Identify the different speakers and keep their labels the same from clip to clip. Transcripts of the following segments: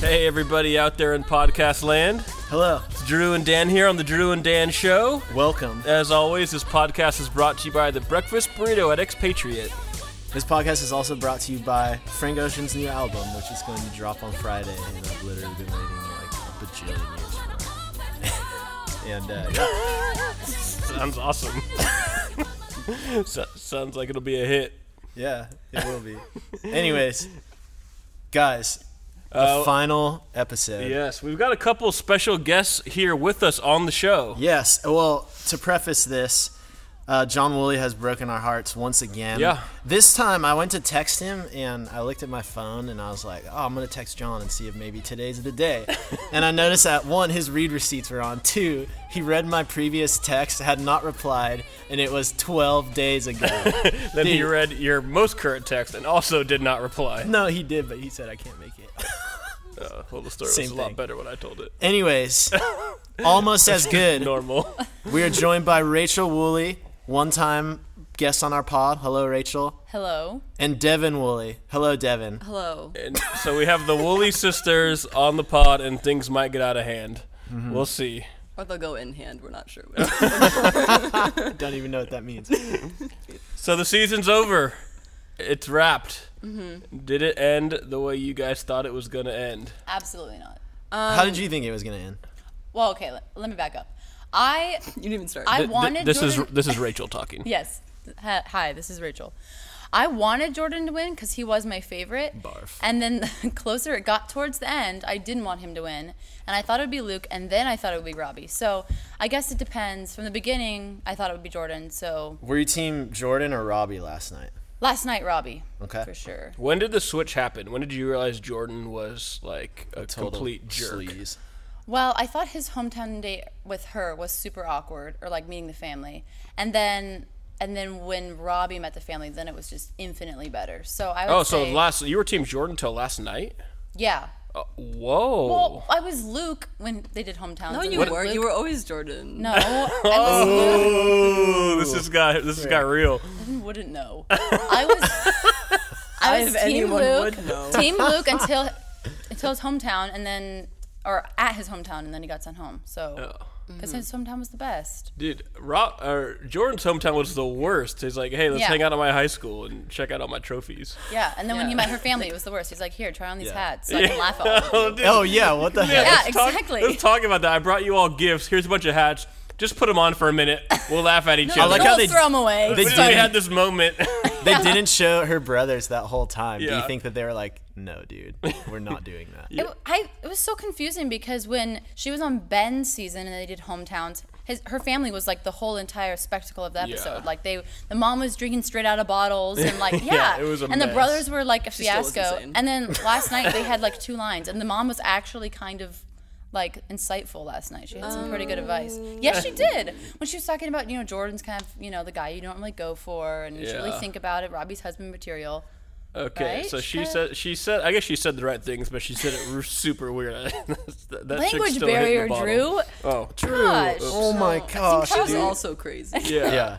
Speaker 1: Hey, everybody out there in podcast land.
Speaker 2: Hello.
Speaker 1: It's Drew and Dan here on The Drew and Dan Show.
Speaker 2: Welcome.
Speaker 1: As always, this podcast is brought to you by The Breakfast Burrito at Expatriate.
Speaker 2: This podcast is also brought to you by Frank Ocean's new album, which is going to drop on Friday, and I've literally been waiting like a bajillion years for it. and uh, yeah,
Speaker 1: Sounds awesome. So- sounds like it'll be a hit.
Speaker 2: yeah, it will be. Anyways, guys, the
Speaker 1: Uh,
Speaker 2: final episode.
Speaker 1: Yes, we've got a couple special guests here with us on the show.
Speaker 2: Yes. Well, to preface this, uh, John Woolley has broken our hearts once again.
Speaker 1: Yeah.
Speaker 2: This time I went to text him and I looked at my phone and I was like, oh, I'm going to text John and see if maybe today's the day. and I noticed that one, his read receipts were on. Two, he read my previous text, had not replied, and it was 12 days ago.
Speaker 1: Then he
Speaker 2: Dude.
Speaker 1: read your most current text and also did not reply.
Speaker 2: no, he did, but he said, I can't make it.
Speaker 1: Uh, well, the story
Speaker 2: Same
Speaker 1: was a lot
Speaker 2: thing.
Speaker 1: better when I told it.
Speaker 2: Anyways, almost as good.
Speaker 1: Normal.
Speaker 2: We are joined by Rachel Woolley, one time guest on our pod. Hello, Rachel.
Speaker 3: Hello.
Speaker 2: And Devin Woolley. Hello, Devin.
Speaker 3: Hello.
Speaker 1: And so we have the Woolly Sisters on the pod, and things might get out of hand. We'll see.
Speaker 3: Or they'll go in hand. We're not sure.
Speaker 2: I don't even know what that means.
Speaker 1: So the season's over. It's wrapped.
Speaker 4: Mm-hmm.
Speaker 1: Did it end the way you guys thought it was going to end?
Speaker 3: Absolutely not.
Speaker 2: How did you think it was going to end?
Speaker 4: Well, okay, let, let me back up. I
Speaker 3: You didn't even start.
Speaker 4: I
Speaker 1: Th- th-
Speaker 4: wanted
Speaker 1: this
Speaker 4: Jordan.
Speaker 1: is this is Rachel talking.
Speaker 4: yes. Hi, hi, this is Rachel. I wanted Jordan to win because he was my favorite.
Speaker 2: Barf.
Speaker 4: And then the closer it got towards the end, I didn't want him to win, and I thought it would be Luke, and then I thought it would be Robbie. So I guess it depends. From the beginning, I thought it would be Jordan. So
Speaker 2: Were you team Jordan or Robbie last night?
Speaker 4: last night, Robbie.
Speaker 2: Okay.
Speaker 4: For sure.
Speaker 1: When did the switch happen? When did you realize Jordan was like a complete jerk?
Speaker 2: sleaze.
Speaker 4: Well, I thought his hometown date with her was super awkward, or like meeting the family, and then and then when Robbie met the family, then it was just infinitely better. So I would
Speaker 1: Oh, so
Speaker 4: say-
Speaker 1: last you were team Jordan till last night?
Speaker 4: yeah.
Speaker 1: Uh, whoa.
Speaker 4: Well, I was Luke when they did hometowns.
Speaker 3: no,
Speaker 4: and
Speaker 3: you
Speaker 4: then
Speaker 3: were.
Speaker 4: Luke-
Speaker 3: You were Oh. always Jordan.
Speaker 4: No, I was Luke.
Speaker 1: Ooh, Oh, this has got this has got real.
Speaker 4: You wouldn't know. I was. I was
Speaker 3: If
Speaker 4: team
Speaker 3: anyone
Speaker 4: Luke.
Speaker 3: would know.
Speaker 4: Team Luke until until his hometown, and then or at his hometown, and then he got sent home. So
Speaker 1: Oh.
Speaker 4: because his hometown was the best.
Speaker 1: Dude, Rob, or Jordan's hometown was the worst. He's like, hey, let's
Speaker 4: Yeah.
Speaker 1: hang out at my high school and check out all my trophies.
Speaker 4: Yeah, and then when he
Speaker 3: Yeah.
Speaker 4: met her family, it was the worst. He's like, "Here, try on these
Speaker 2: Yeah.
Speaker 4: hats, so I can laugh at all of you."
Speaker 1: dude.
Speaker 2: Oh, yeah. What the heck?
Speaker 4: Yeah,
Speaker 1: let's talk-
Speaker 4: exactly.
Speaker 1: let's talk about that. I brought you all gifts. Here's a bunch of hats. Just put them on for a minute. We'll laugh at each
Speaker 4: No,
Speaker 1: other.
Speaker 2: I like
Speaker 4: don't
Speaker 2: how they-
Speaker 4: throw them away.
Speaker 2: they
Speaker 1: we
Speaker 4: It's
Speaker 2: did-
Speaker 4: fine.
Speaker 1: had this moment.
Speaker 2: They didn't show her brothers that whole time. Do
Speaker 1: Yeah.
Speaker 2: you think that they were like, no, dude, we're not doing that?
Speaker 4: It, w- I, it was so confusing because when she was on Ben's season and they did hometowns, his, her family was like the whole entire spectacle of the
Speaker 1: Yeah.
Speaker 4: episode. Like they, the mom was drinking straight out of bottles and like yeah,
Speaker 1: it was a
Speaker 4: and
Speaker 1: mess.
Speaker 4: the brothers were like a
Speaker 3: still was
Speaker 4: fiasco.
Speaker 3: insane.
Speaker 4: And then last night they had like two lines, and the mom was actually kind of like insightful last night. She had some pretty good advice.
Speaker 3: Oh.
Speaker 4: Yes, she did. When she was talking about you know Jordan's kind of you know the guy you don't really go for, and you should
Speaker 1: Yeah.
Speaker 4: really think about it. Robbie's husband material.
Speaker 1: okay,
Speaker 4: Right?
Speaker 1: so she
Speaker 4: Uh,
Speaker 1: said she said I guess she said the right things, but she said it r- super weird. that, that chick's
Speaker 4: Language
Speaker 1: still hitting the
Speaker 4: barrier,
Speaker 1: bottle.
Speaker 4: Drew.
Speaker 1: Oh,
Speaker 2: Drew.
Speaker 4: Gosh.
Speaker 2: Oh, my
Speaker 4: So,
Speaker 2: gosh.
Speaker 3: She was
Speaker 2: dude.
Speaker 3: also crazy.
Speaker 1: yeah.
Speaker 2: Yeah.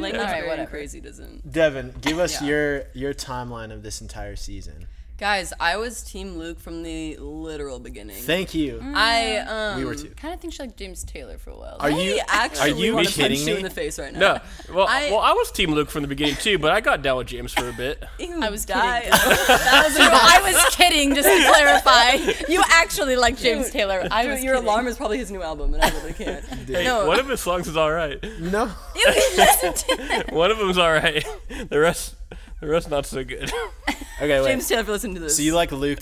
Speaker 3: Like
Speaker 1: Yeah.
Speaker 3: yeah.
Speaker 4: Alright, whatever.
Speaker 3: crazy doesn't.
Speaker 2: Devin, give us
Speaker 3: Yeah.
Speaker 2: your your timeline of this entire season.
Speaker 3: Guys, I was Team Luke from the literal beginning.
Speaker 2: Thank you.
Speaker 3: I um.
Speaker 2: we were too.
Speaker 4: Kind of think she like James Taylor for a while.
Speaker 2: Mm. Are
Speaker 3: I
Speaker 2: you
Speaker 3: actually
Speaker 2: Are you
Speaker 3: want to
Speaker 2: kidding
Speaker 3: punch you
Speaker 2: me?
Speaker 3: in the face right now.
Speaker 1: No, well, I,
Speaker 3: I-
Speaker 1: well, I was Team Luke from the beginning too, but I got down with James for a bit.
Speaker 3: Ew,
Speaker 4: I was
Speaker 3: die.
Speaker 4: kidding.
Speaker 3: that was a
Speaker 4: I was kidding, just to clarify. You actually like James Taylor. I
Speaker 3: Dude,
Speaker 4: was
Speaker 3: your
Speaker 4: kidding.
Speaker 3: alarm is probably his new album, and I really can't.
Speaker 1: Hey,
Speaker 3: No.
Speaker 1: one of his songs is all right.
Speaker 2: No.
Speaker 1: One of them's all right. The rest, the rest, not so good.
Speaker 2: Okay, wait.
Speaker 3: James Taylor, if you listen to this.
Speaker 2: so you like Luke?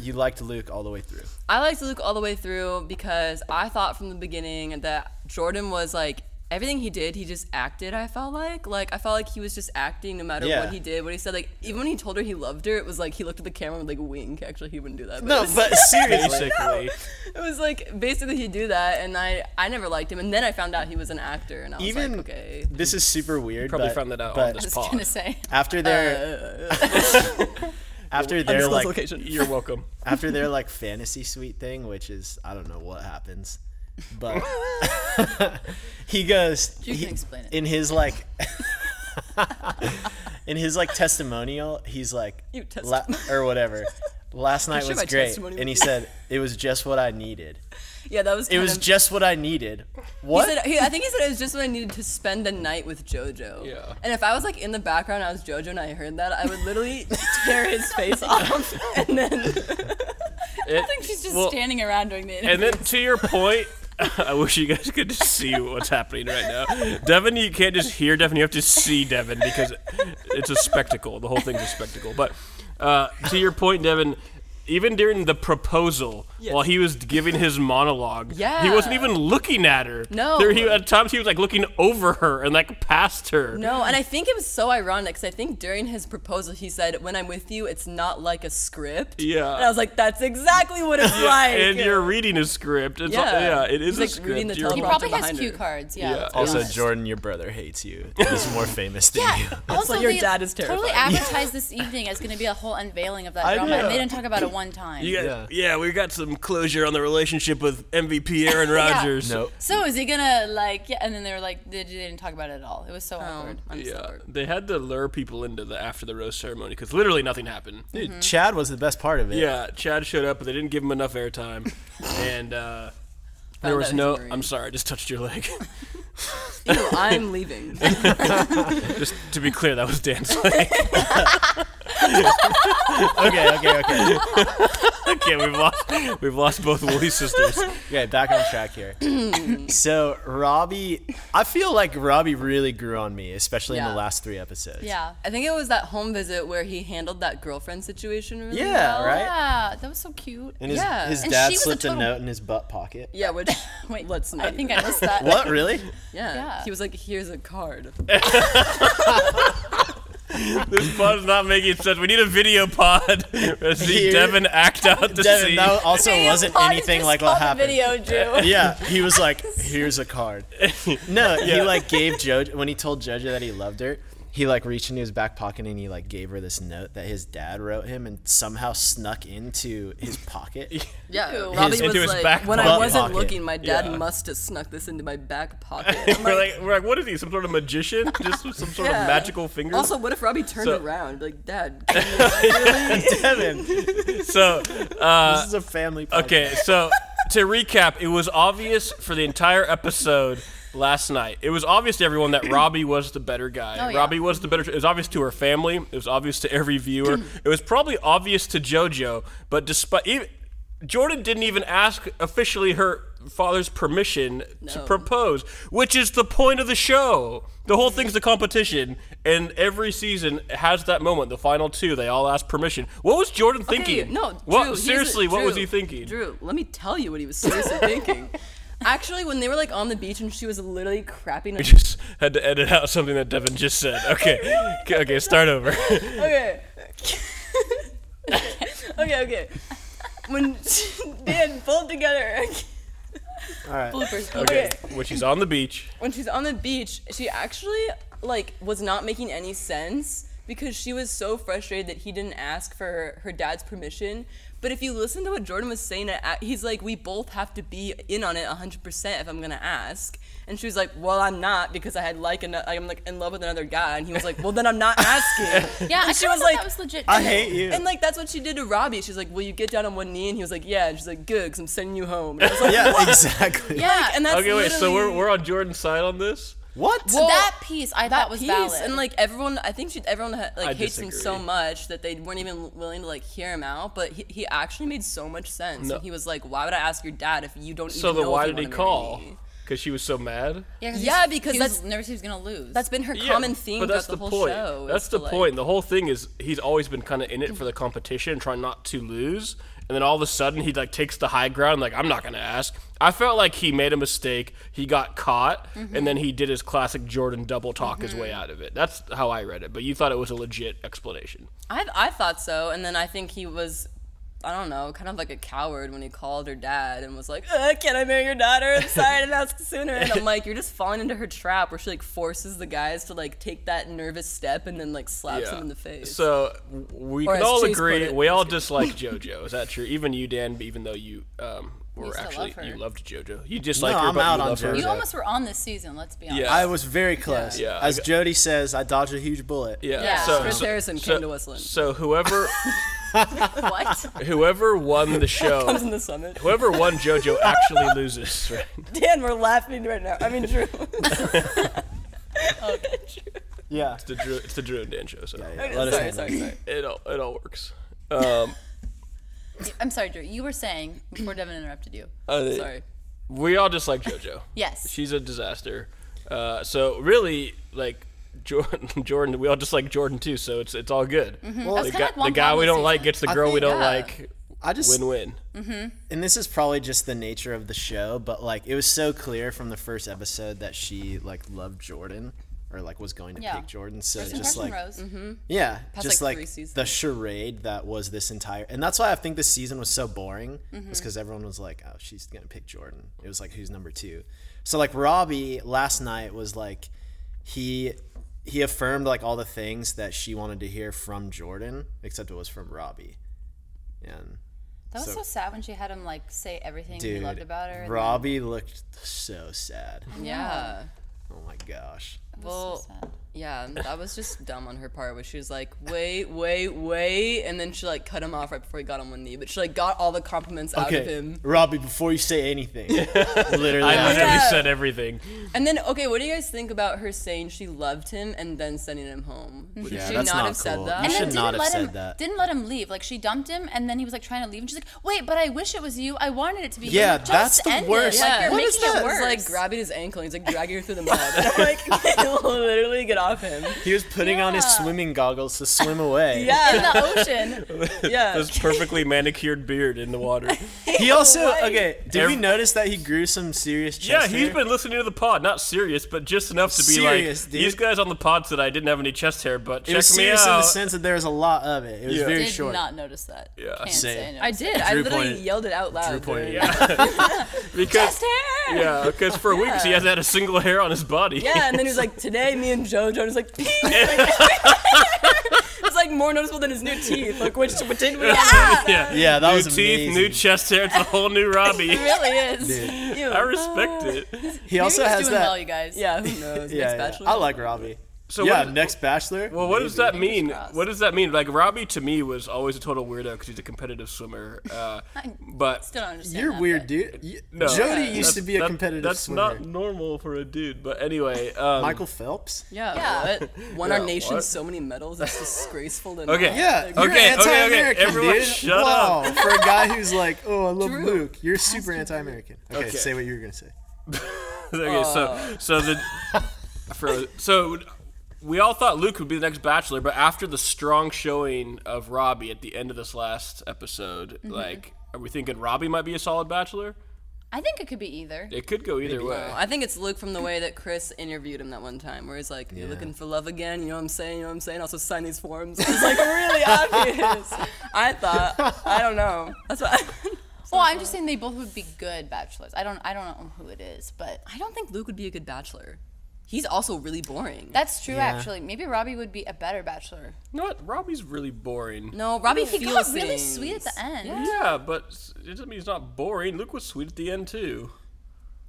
Speaker 2: You liked Luke all the way through.
Speaker 3: I liked Luke all the way through because I thought from the beginning that Jordan was like everything he did, he just acted. I felt like like I felt like he was just acting no matter
Speaker 2: Yeah.
Speaker 3: what he did. What he said, like even when he told her he loved her, it was like he looked at the camera and like wink. Actually, he wouldn't do that.
Speaker 2: No,
Speaker 3: it was,
Speaker 2: but seriously.
Speaker 1: Basically,
Speaker 3: it was like basically he'd do that, and I I never liked him. And then I found out he was an actor, and I was
Speaker 2: Even
Speaker 3: like, okay,
Speaker 2: this is super weird.
Speaker 1: probably
Speaker 2: but-
Speaker 1: found that out on
Speaker 2: but
Speaker 1: this
Speaker 4: I was
Speaker 1: pod.
Speaker 4: gonna say.
Speaker 2: after their after their
Speaker 3: Undisclosed
Speaker 2: like
Speaker 3: location.
Speaker 1: You're welcome.
Speaker 2: after their like fantasy suite thing, which is I don't know what happens, but he goes
Speaker 4: You
Speaker 2: he-
Speaker 4: can explain it.
Speaker 2: in his like in his like testimonial, he's like,
Speaker 3: You
Speaker 2: "La- or whatever. Last night
Speaker 3: sure
Speaker 2: was
Speaker 3: my
Speaker 2: great,
Speaker 3: testimony
Speaker 2: and he
Speaker 3: would
Speaker 2: said it was just what I needed.
Speaker 3: Yeah, that was.
Speaker 2: It
Speaker 3: Kind
Speaker 2: was
Speaker 3: of,
Speaker 2: just what I needed.
Speaker 3: He
Speaker 2: What?
Speaker 3: said, he, I think he said it was just when I needed to spend the night with JoJo.
Speaker 1: Yeah.
Speaker 3: And if I was like in the background, I was JoJo, and I heard that, I would literally tear his face off, and then
Speaker 1: It-
Speaker 4: I think she's just
Speaker 1: well,
Speaker 4: standing around during the interview.
Speaker 1: And then to your point, I wish you guys could just see what's happening right now. Devin, you can't just hear Devin, you have to see Devin because it's a spectacle. The whole thing's a spectacle. But uh, to your point, Devin, even during the proposal, while he was giving his monologue, he wasn't
Speaker 3: Yeah.
Speaker 1: even looking at her.
Speaker 3: No.
Speaker 1: There, he, at times he was like looking over her and like past her.
Speaker 3: No, and I think it was so ironic because I think during his proposal he said, "When I'm with you, it's not like a script."
Speaker 1: Yeah.
Speaker 3: and I was like, "That's exactly what it's like."
Speaker 1: And you're reading a script. It's yeah.
Speaker 3: Yeah.
Speaker 1: yeah, it is
Speaker 3: He's,
Speaker 1: a
Speaker 3: like,
Speaker 1: script.
Speaker 3: reading the
Speaker 1: You're
Speaker 4: he
Speaker 3: teleprompter
Speaker 1: right.
Speaker 4: probably has
Speaker 3: behind
Speaker 4: cue
Speaker 3: her.
Speaker 4: cards.
Speaker 1: Yeah.
Speaker 4: Yeah. let's be
Speaker 2: also,
Speaker 4: honest.
Speaker 2: Jordan, your brother hates you. He's more famous than you.
Speaker 4: Also,
Speaker 3: why your
Speaker 4: they
Speaker 3: dad is
Speaker 4: totally
Speaker 3: terrifying.
Speaker 4: advertised this evening as going to be a whole unveiling of that
Speaker 2: I
Speaker 4: drama,
Speaker 2: know.
Speaker 4: and they didn't talk about it one time.
Speaker 1: You
Speaker 2: Yeah.
Speaker 1: got, yeah. we got some closure on the relationship with MVP Aaron Rodgers.
Speaker 2: Nope.
Speaker 4: So is he gonna like? Yeah, and then they were like, they, they didn't talk about it at all. It was so awkward.
Speaker 3: Oh, I'm
Speaker 1: Yeah,
Speaker 3: sorry.
Speaker 1: they had to lure people into the after the roast ceremony because literally nothing happened.
Speaker 2: Dude,
Speaker 4: Mm-hmm.
Speaker 2: Chad was the best part of it.
Speaker 1: Yeah, Chad showed up, but they didn't give him enough airtime, and uh, there
Speaker 3: Found
Speaker 1: was
Speaker 3: out he's
Speaker 1: no.
Speaker 3: married.
Speaker 1: I'm sorry, I just touched your leg.
Speaker 3: Ew, I'm leaving.
Speaker 1: just to be clear, that was Dan's leg.
Speaker 2: Okay, okay, okay.
Speaker 1: okay, we've lost, we've lost both Wooly sisters.
Speaker 2: Okay, back on track here. so Robbie, I feel like Robbie really grew on me, especially in
Speaker 3: Yeah.
Speaker 2: the last three episodes.
Speaker 4: Yeah.
Speaker 3: I think it was that home visit where he handled that girlfriend situation really
Speaker 2: Yeah,
Speaker 3: well.
Speaker 2: right?
Speaker 4: Oh, Yeah, that was so cute.
Speaker 2: And his,
Speaker 3: Yeah.
Speaker 2: his
Speaker 4: And
Speaker 2: dad
Speaker 4: she was a
Speaker 2: slipped a
Speaker 4: total-
Speaker 2: note in his butt pocket.
Speaker 3: Yeah, which
Speaker 4: Wait,
Speaker 3: let's not.
Speaker 4: I think I missed that.
Speaker 2: What really?
Speaker 3: yeah.
Speaker 4: Yeah.
Speaker 3: he was like, "Here's a card."
Speaker 1: This pod's not making sense. We need a video pod. Let's see
Speaker 2: Here.
Speaker 1: Devin act out the
Speaker 2: Devin,
Speaker 1: scene.
Speaker 2: that also
Speaker 4: Video
Speaker 2: wasn't
Speaker 4: pod is
Speaker 2: anything
Speaker 4: just
Speaker 2: like what
Speaker 4: called a
Speaker 2: happened.
Speaker 4: Video, Drew.
Speaker 2: Yeah, he was like, "Here's a card." No, he like gave Jojo when he told Jojo that he loved her. He like reached into his back pocket and he like gave her this note that his dad wrote him and somehow snuck into his pocket.
Speaker 3: Yeah,
Speaker 4: Ew.
Speaker 3: Robbie
Speaker 1: His-
Speaker 3: was
Speaker 1: into his
Speaker 3: like,
Speaker 1: back
Speaker 3: "When I
Speaker 2: pocket.
Speaker 3: wasn't
Speaker 2: Pocket.
Speaker 3: looking, my dad
Speaker 1: Yeah.
Speaker 3: must have snuck this into my back pocket." I'm
Speaker 1: we're
Speaker 3: like,
Speaker 1: like, we're like, what is he? Some sort of magician? Just with some sort
Speaker 3: Yeah.
Speaker 1: of magical fingers?
Speaker 3: also, what if Robbie turned
Speaker 1: So-
Speaker 3: around, and be like, "Dad,
Speaker 2: Devin, this
Speaker 1: so
Speaker 2: is a family. Podcast.
Speaker 1: Uh, Okay, so to recap, it was obvious for the entire episode last night. It was obvious to everyone that Robbie was the better guy.
Speaker 4: Oh, yeah.
Speaker 1: Robbie was the better. It was obvious to her family. It was obvious to every viewer. it was probably obvious to JoJo, but despite even, Jordan didn't even ask officially her father's permission to
Speaker 3: No.
Speaker 1: propose, which is the point of the show. The whole thing's the competition, and every season has that moment. The final two, they all ask permission. What was Jordan
Speaker 3: Okay,
Speaker 1: thinking?
Speaker 3: No, Drew,
Speaker 1: What-
Speaker 3: here's the-
Speaker 1: seriously, what was
Speaker 3: Drew,
Speaker 1: he thinking?
Speaker 3: Drew, let me tell you what he was seriously thinking. Actually, when they were like on the beach and she was literally crapping.
Speaker 1: We just had to edit out something that Devin just said. Okay, okay, okay, start over.
Speaker 3: okay. okay, okay. When they had pulled together,
Speaker 2: All right.
Speaker 4: Bloopers.
Speaker 3: okay.
Speaker 1: when she's on the beach,
Speaker 3: When she's on the beach, she actually like was not making any sense because she was so frustrated that he didn't ask for her, her dad's permission. But if you listen to what Jordan was saying, it a- he's like, "We both have to be in on it 100% if I'm gonna ask." And she was like, "Well, I'm not because I had like ano- I'm like in love with another guy." And he was like, "Well, then I'm not asking."
Speaker 4: Yeah, I
Speaker 3: and she
Speaker 4: kinda
Speaker 3: was
Speaker 4: thought
Speaker 3: like,
Speaker 4: that was legit.
Speaker 2: I
Speaker 4: too.
Speaker 2: hate you.
Speaker 3: and like that's what she did to Robbie. She's like, "Will you get down on one knee?" And he was like, "Yeah." And she's like, "Good, because I'm sending you home." And, I was like,
Speaker 2: Yeah, exactly.
Speaker 4: Yeah.
Speaker 3: and that's
Speaker 1: okay, wait. So we're
Speaker 3: literally
Speaker 1: we're on Jordan's side on this.
Speaker 2: What?
Speaker 4: So that piece I thought was
Speaker 3: piece.
Speaker 4: valid.
Speaker 3: And like everyone, I think she, everyone ha- like
Speaker 1: I
Speaker 3: hates him so
Speaker 1: disagree.
Speaker 3: much that they weren't even willing to like hear him out. But he, he actually made so much sense. And he was like, "Why would I ask your dad if you don't?"
Speaker 1: So
Speaker 3: even
Speaker 1: then,
Speaker 3: know
Speaker 1: why
Speaker 3: if you
Speaker 1: did he
Speaker 3: wanna marry
Speaker 1: call?
Speaker 3: me?"
Speaker 1: Because she was so mad.
Speaker 4: yeah,
Speaker 3: yeah,
Speaker 4: he's-
Speaker 3: because
Speaker 4: he
Speaker 3: that's-
Speaker 4: was nervous he was gonna lose.
Speaker 3: That's been her common theme
Speaker 1: but that's
Speaker 3: throughout the, whole
Speaker 1: point.
Speaker 3: show.
Speaker 1: That's
Speaker 3: is
Speaker 1: the
Speaker 3: to, like-
Speaker 1: point. The whole thing is he's always been kind of in it for the competition, trying not to lose, and then all of a sudden he like takes the high ground, like I'm not gonna ask. I felt like he made a mistake. He got caught,
Speaker 3: Mm-hmm.
Speaker 1: and then he did his classic Jordan double talk his way out of it. That's how I read it. But you thought it was a legit explanation.
Speaker 3: I I thought so, and then I think he was. I don't know, kind of like a coward when he called her dad and was like, uh, "Can I marry your daughter? I'm sorry, I didn't ask sooner." And I'm like, "You're just falling into her trap, where she like forces the guys to like take that nervous step and then like slaps him in the face."
Speaker 1: So w- we
Speaker 3: Or
Speaker 1: can
Speaker 3: as
Speaker 1: all
Speaker 3: Chase put
Speaker 1: agree
Speaker 3: it,
Speaker 1: we all
Speaker 3: just
Speaker 1: dislike JoJo. Is that true? Even you, Dan, even though you um, or
Speaker 4: still love
Speaker 1: actually
Speaker 4: her.
Speaker 1: you loved JoJo. You just
Speaker 2: No,
Speaker 1: like her,
Speaker 2: I'm
Speaker 1: but
Speaker 2: out
Speaker 1: you
Speaker 2: on
Speaker 1: love her.
Speaker 2: JoJo.
Speaker 4: You almost were on this season. Let's be honest.
Speaker 1: Yeah.
Speaker 2: I was very close.
Speaker 1: Yeah, I
Speaker 2: As
Speaker 1: got-
Speaker 2: Jody says, I dodged a huge bullet.
Speaker 1: Yeah.
Speaker 4: Yeah,
Speaker 1: so,
Speaker 4: Chris
Speaker 1: so-
Speaker 3: Harrison
Speaker 1: so-
Speaker 3: came to Westland.
Speaker 1: So whoever
Speaker 4: What?
Speaker 1: whoever won the
Speaker 3: Comes
Speaker 1: show,
Speaker 3: in the summit.
Speaker 1: whoever won JoJo actually loses, right?
Speaker 3: Dan, we're laughing right now. I mean, Drew.
Speaker 2: Yeah.
Speaker 1: It's the Drew, it's the Drew and Dan show. So
Speaker 2: Let us
Speaker 3: sorry,
Speaker 2: handle
Speaker 3: sorry, sorry.
Speaker 1: it all it all works. Um,
Speaker 4: I'm sorry, Drew. You were saying before Devin interrupted you.
Speaker 1: uh,
Speaker 3: Sorry.
Speaker 1: We all just like JoJo.
Speaker 4: Yes.
Speaker 1: She's a disaster. Uh, so really, like Jordan, Jordan, we all just like Jordan too. So it's it's all good.
Speaker 4: That's
Speaker 1: The,
Speaker 4: Mm-hmm. kinda
Speaker 1: guy,
Speaker 4: like one
Speaker 1: the guy we
Speaker 4: problem
Speaker 1: don't
Speaker 4: season.
Speaker 1: like gets the
Speaker 2: I
Speaker 1: girl we
Speaker 2: think-
Speaker 1: don't
Speaker 4: yeah.
Speaker 1: like.
Speaker 2: I just
Speaker 1: Win-win.
Speaker 2: and this is probably just the nature of the show, but like it was so clear from the first episode that she like loved Jordan or like was going to
Speaker 4: Yeah.
Speaker 2: pick Jordan. So
Speaker 4: First
Speaker 2: just
Speaker 4: impression,
Speaker 2: like mm-hmm.
Speaker 4: Rose.
Speaker 2: yeah, just like,
Speaker 3: like, three seasons.
Speaker 2: the charade that was this entire and that's why I think this season was so boring.
Speaker 3: Mm-hmm.
Speaker 2: Was because everyone was like, "Oh, she's going to pick Jordan." It was like, "Who's number 2?" So like Robbie last night was like he he affirmed like all the things that she wanted to hear from Jordan, except it was from Robbie. And
Speaker 4: That was so, sad when she had him like say everything
Speaker 2: dude,
Speaker 4: he loved about her. and
Speaker 2: Robbie looked so sad.
Speaker 3: Yeah.
Speaker 2: Oh my gosh.
Speaker 4: then-
Speaker 3: Well,
Speaker 4: so sad.
Speaker 3: yeah, that was just dumb on her part where she was like, wait, wait, wait. And then she like cut him off right before he got on one knee. But she like got all the compliments out of
Speaker 2: Okay,
Speaker 3: him.
Speaker 2: Robbie, before you say anything, literally,
Speaker 1: I literally
Speaker 3: Yeah.
Speaker 1: said everything.
Speaker 3: And then, okay, what do you guys think about her saying she loved him and then sending him home? Would
Speaker 2: Yeah,
Speaker 3: she
Speaker 2: that's
Speaker 3: not,
Speaker 2: not
Speaker 3: have said
Speaker 2: cool.
Speaker 3: that?
Speaker 2: You
Speaker 4: and then
Speaker 2: should
Speaker 4: didn't
Speaker 2: not have
Speaker 4: let
Speaker 2: said
Speaker 4: him,
Speaker 2: that.
Speaker 4: Didn't let him leave. Like she dumped him, and then he was like trying to leave, and she's like, "Wait, but I wish it was you. I wanted it to be." him."
Speaker 2: Yeah,
Speaker 4: Just
Speaker 2: that's the
Speaker 4: end it.
Speaker 2: worst.
Speaker 4: Like
Speaker 3: Yeah.
Speaker 4: you're
Speaker 3: What
Speaker 4: making
Speaker 3: is
Speaker 4: it
Speaker 3: that?
Speaker 4: worse.
Speaker 3: He's like grabbing his ankle. and He's like dragging her through the mud. And I'm like, literally get off him.
Speaker 2: He was putting on his
Speaker 4: Yeah.
Speaker 2: swimming goggles to swim away.
Speaker 4: in
Speaker 3: Yeah,
Speaker 4: the ocean.
Speaker 3: yeah.
Speaker 1: This perfectly manicured beard in the water.
Speaker 2: He also okay. Did we
Speaker 1: Every-
Speaker 2: notice that he grew some serious? Chest
Speaker 1: yeah, he's
Speaker 2: hair?
Speaker 1: been listening to the pod. Not serious, but just enough to be
Speaker 2: Serious,
Speaker 1: like
Speaker 2: dude.
Speaker 1: these guys on the pod said I didn't have any chest hair, but
Speaker 2: It
Speaker 1: check
Speaker 2: was
Speaker 1: me
Speaker 2: serious in the
Speaker 1: out.
Speaker 2: sense that there was a lot of it. It was
Speaker 1: Yeah.
Speaker 2: very
Speaker 4: Did
Speaker 2: short.
Speaker 4: not notice that.
Speaker 1: Yeah.
Speaker 4: Can't
Speaker 2: Same.
Speaker 4: say
Speaker 3: I did. I
Speaker 2: Drew
Speaker 3: literally
Speaker 2: pointed-
Speaker 3: yelled it out loud. during-
Speaker 1: because
Speaker 4: hair.
Speaker 1: yeah, because for weeks he hasn't had a single hair on his body.
Speaker 3: Yeah, and then he was like, "Today, me and JoJo." And he's like, "Pee." it's like more noticeable than his new teeth. Like, which what did we? have?
Speaker 1: yeah,
Speaker 2: Yeah, that
Speaker 1: new
Speaker 2: was
Speaker 1: teeth,
Speaker 2: amazing.
Speaker 1: new chest hair. It's a whole new Robbie.
Speaker 4: It really is.
Speaker 3: Ew.
Speaker 1: I respect it.
Speaker 2: He also
Speaker 4: Maybe he's
Speaker 2: has
Speaker 4: doing
Speaker 2: that.
Speaker 4: well, you guys.
Speaker 3: Yeah, who knows?
Speaker 2: yeah,
Speaker 3: Next
Speaker 2: yeah.
Speaker 3: bachelor.
Speaker 2: I like Robbie.
Speaker 1: So
Speaker 2: yeah,
Speaker 1: what is-
Speaker 2: next Bachelor.
Speaker 1: Well, what does that
Speaker 4: Fingers
Speaker 1: mean?
Speaker 4: crossed.
Speaker 1: What does that mean? Like Robbie to me was always a total weirdo because he's a competitive swimmer. Uh, but
Speaker 4: Still don't understand.
Speaker 2: You're
Speaker 4: that,
Speaker 2: weird,
Speaker 4: but-
Speaker 2: dude. You-
Speaker 1: no,
Speaker 2: Jody
Speaker 1: that's-
Speaker 2: used to be a
Speaker 1: that-
Speaker 2: competitive
Speaker 1: That's
Speaker 2: swimmer.
Speaker 1: not normal for a dude. But anyway, um,
Speaker 2: Michael Phelps.
Speaker 3: Yeah,
Speaker 4: Yeah.
Speaker 3: What? Won
Speaker 1: Yeah,
Speaker 3: our nation
Speaker 1: what?
Speaker 3: so many medals. It's disgraceful. To
Speaker 1: Okay.
Speaker 3: not-
Speaker 2: Yeah.
Speaker 1: Okay,
Speaker 2: You're
Speaker 1: okay, okay,
Speaker 2: anti-American,
Speaker 1: everyone
Speaker 2: dude.
Speaker 1: shut
Speaker 2: wow.
Speaker 1: up.
Speaker 2: For a guy who's like, oh, I love
Speaker 3: Drew,
Speaker 2: Luke, you're super anti-American. Okay,
Speaker 1: Okay.
Speaker 2: say what you were gonna say.
Speaker 1: okay, so so the for, so we all thought Luke would be the next Bachelor, but after the strong showing of Robbie at the end of this last episode,
Speaker 3: Mm-hmm.
Speaker 1: like, are we thinking Robbie might be a solid Bachelor?
Speaker 4: I think it could be either.
Speaker 1: It could go either way.
Speaker 3: I think it's Luke from the way that Chris interviewed him that one time, where he's like, "You're looking for love again, you know what I'm saying? You know what I'm saying? Also sign these forms." It's like really obvious. I thought, I don't know. That's what. I,
Speaker 4: Well, I'm just saying they both would be good bachelors. I don't. I don't know who it is, but
Speaker 3: I don't think Luke would be a good bachelor. He's also really boring.
Speaker 4: that's true. Actually, maybe Robbie would be a better bachelor.
Speaker 1: You know what? Robbie's really boring.
Speaker 3: no, Robbie
Speaker 4: he
Speaker 3: feels
Speaker 4: got really
Speaker 3: things.
Speaker 4: sweet at the end.
Speaker 1: Yeah, but s- it doesn't mean he's not boring. Luke was sweet at the end too.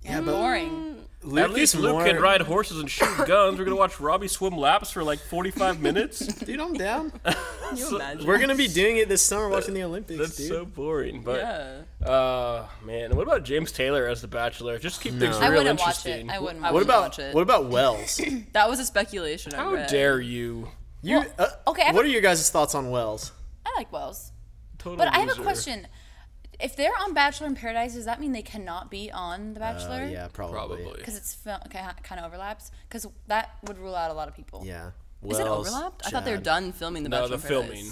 Speaker 4: Yeah,
Speaker 3: Mm.
Speaker 4: boring.
Speaker 2: Luke
Speaker 1: at least
Speaker 2: is
Speaker 1: Luke
Speaker 2: more,
Speaker 1: can ride horses and shoot guns. We're gonna watch Robbie swim laps for like forty-five minutes.
Speaker 2: Dude, I'm down.
Speaker 3: Can you imagine?
Speaker 2: We're gonna be doing it this summer, watching the Olympics,
Speaker 1: That's
Speaker 2: dude.
Speaker 1: so boring. But
Speaker 3: Yeah.
Speaker 1: uh, man, what about James Taylor as the Bachelor? Just keep things
Speaker 2: No.
Speaker 1: real
Speaker 4: I wouldn't watch
Speaker 1: interesting.
Speaker 4: it. I wouldn't.
Speaker 3: I
Speaker 2: what
Speaker 4: Watch it.
Speaker 3: wouldn't
Speaker 2: about
Speaker 3: watch it.
Speaker 2: what about Wells? You
Speaker 3: That was a speculation. I
Speaker 1: How
Speaker 3: read.
Speaker 1: dare you?
Speaker 2: uh,
Speaker 4: okay, I have
Speaker 2: What
Speaker 4: a-
Speaker 2: are your guys' thoughts on Wells?
Speaker 4: I like Wells,
Speaker 1: Total
Speaker 4: but I have a
Speaker 1: loser.
Speaker 4: question. If they're on Bachelor in Paradise, does that mean they cannot be on The Bachelor?
Speaker 2: Uh, yeah, probably.
Speaker 1: Probably.
Speaker 4: Because it's fil- okay, kind of overlaps. Because that would rule out a lot of people.
Speaker 2: Yeah.
Speaker 3: Is it
Speaker 2: Wells,
Speaker 3: overlapped? I thought they were
Speaker 2: Chad.
Speaker 3: done filming the
Speaker 1: No,
Speaker 3: Bachelor
Speaker 1: the
Speaker 3: in Paradise.
Speaker 1: filming.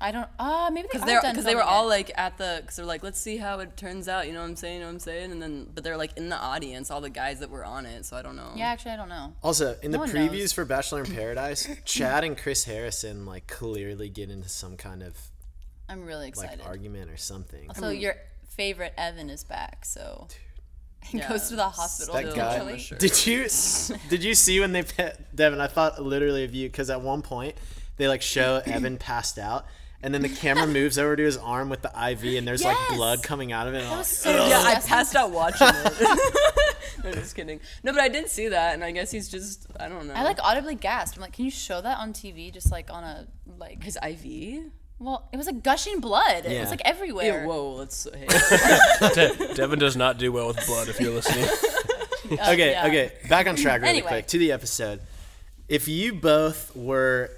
Speaker 4: I don't. Ah, maybe they are
Speaker 3: They're-
Speaker 4: done
Speaker 3: Because they were
Speaker 4: filming
Speaker 3: all
Speaker 4: it.
Speaker 3: like at the, because they're like, let's see how it turns out. You know what I'm saying? You know what I'm saying? And then, but they're like in the audience, all the guys that were on it. So I don't know.
Speaker 4: Yeah, actually, I don't know.
Speaker 2: Also, in the
Speaker 4: No one
Speaker 2: previews
Speaker 4: knows.
Speaker 2: for Bachelor in Paradise, Chad and Chris Harrison like clearly get into some kind of
Speaker 4: I'm really
Speaker 2: like
Speaker 4: excited.
Speaker 2: argument or something.
Speaker 4: So
Speaker 3: Hmm.
Speaker 4: your favorite Evan is back. So he
Speaker 3: Yeah.
Speaker 4: goes to the hospital.
Speaker 2: That guy-
Speaker 4: potentially.
Speaker 3: Sure.
Speaker 2: Did you did you see when they pe- Devin? I thought literally of you because at one point they like show Evan passed out and then the camera moves over to his arm with the IV, and there's
Speaker 4: Yes!
Speaker 2: like blood coming out of it. and I'm
Speaker 4: That
Speaker 2: like,
Speaker 4: was so
Speaker 3: Yeah, I
Speaker 4: disgusting.
Speaker 3: passed out watching it. no, just kidding. No, but I didn't see that, and I guess he's just I don't know.
Speaker 4: I like audibly gasped. I'm like, can you show that on TV? Just like on a like,
Speaker 3: his IV.
Speaker 4: well, it was like gushing blood. It
Speaker 2: Yeah.
Speaker 4: was like everywhere.
Speaker 3: Yeah, whoa, let's. Hey.
Speaker 1: De- Devin does not do well with blood. If you're listening,
Speaker 2: okay,
Speaker 4: yeah.
Speaker 2: okay. Back on track really
Speaker 4: Anyway.
Speaker 2: quick to the episode. If you both were,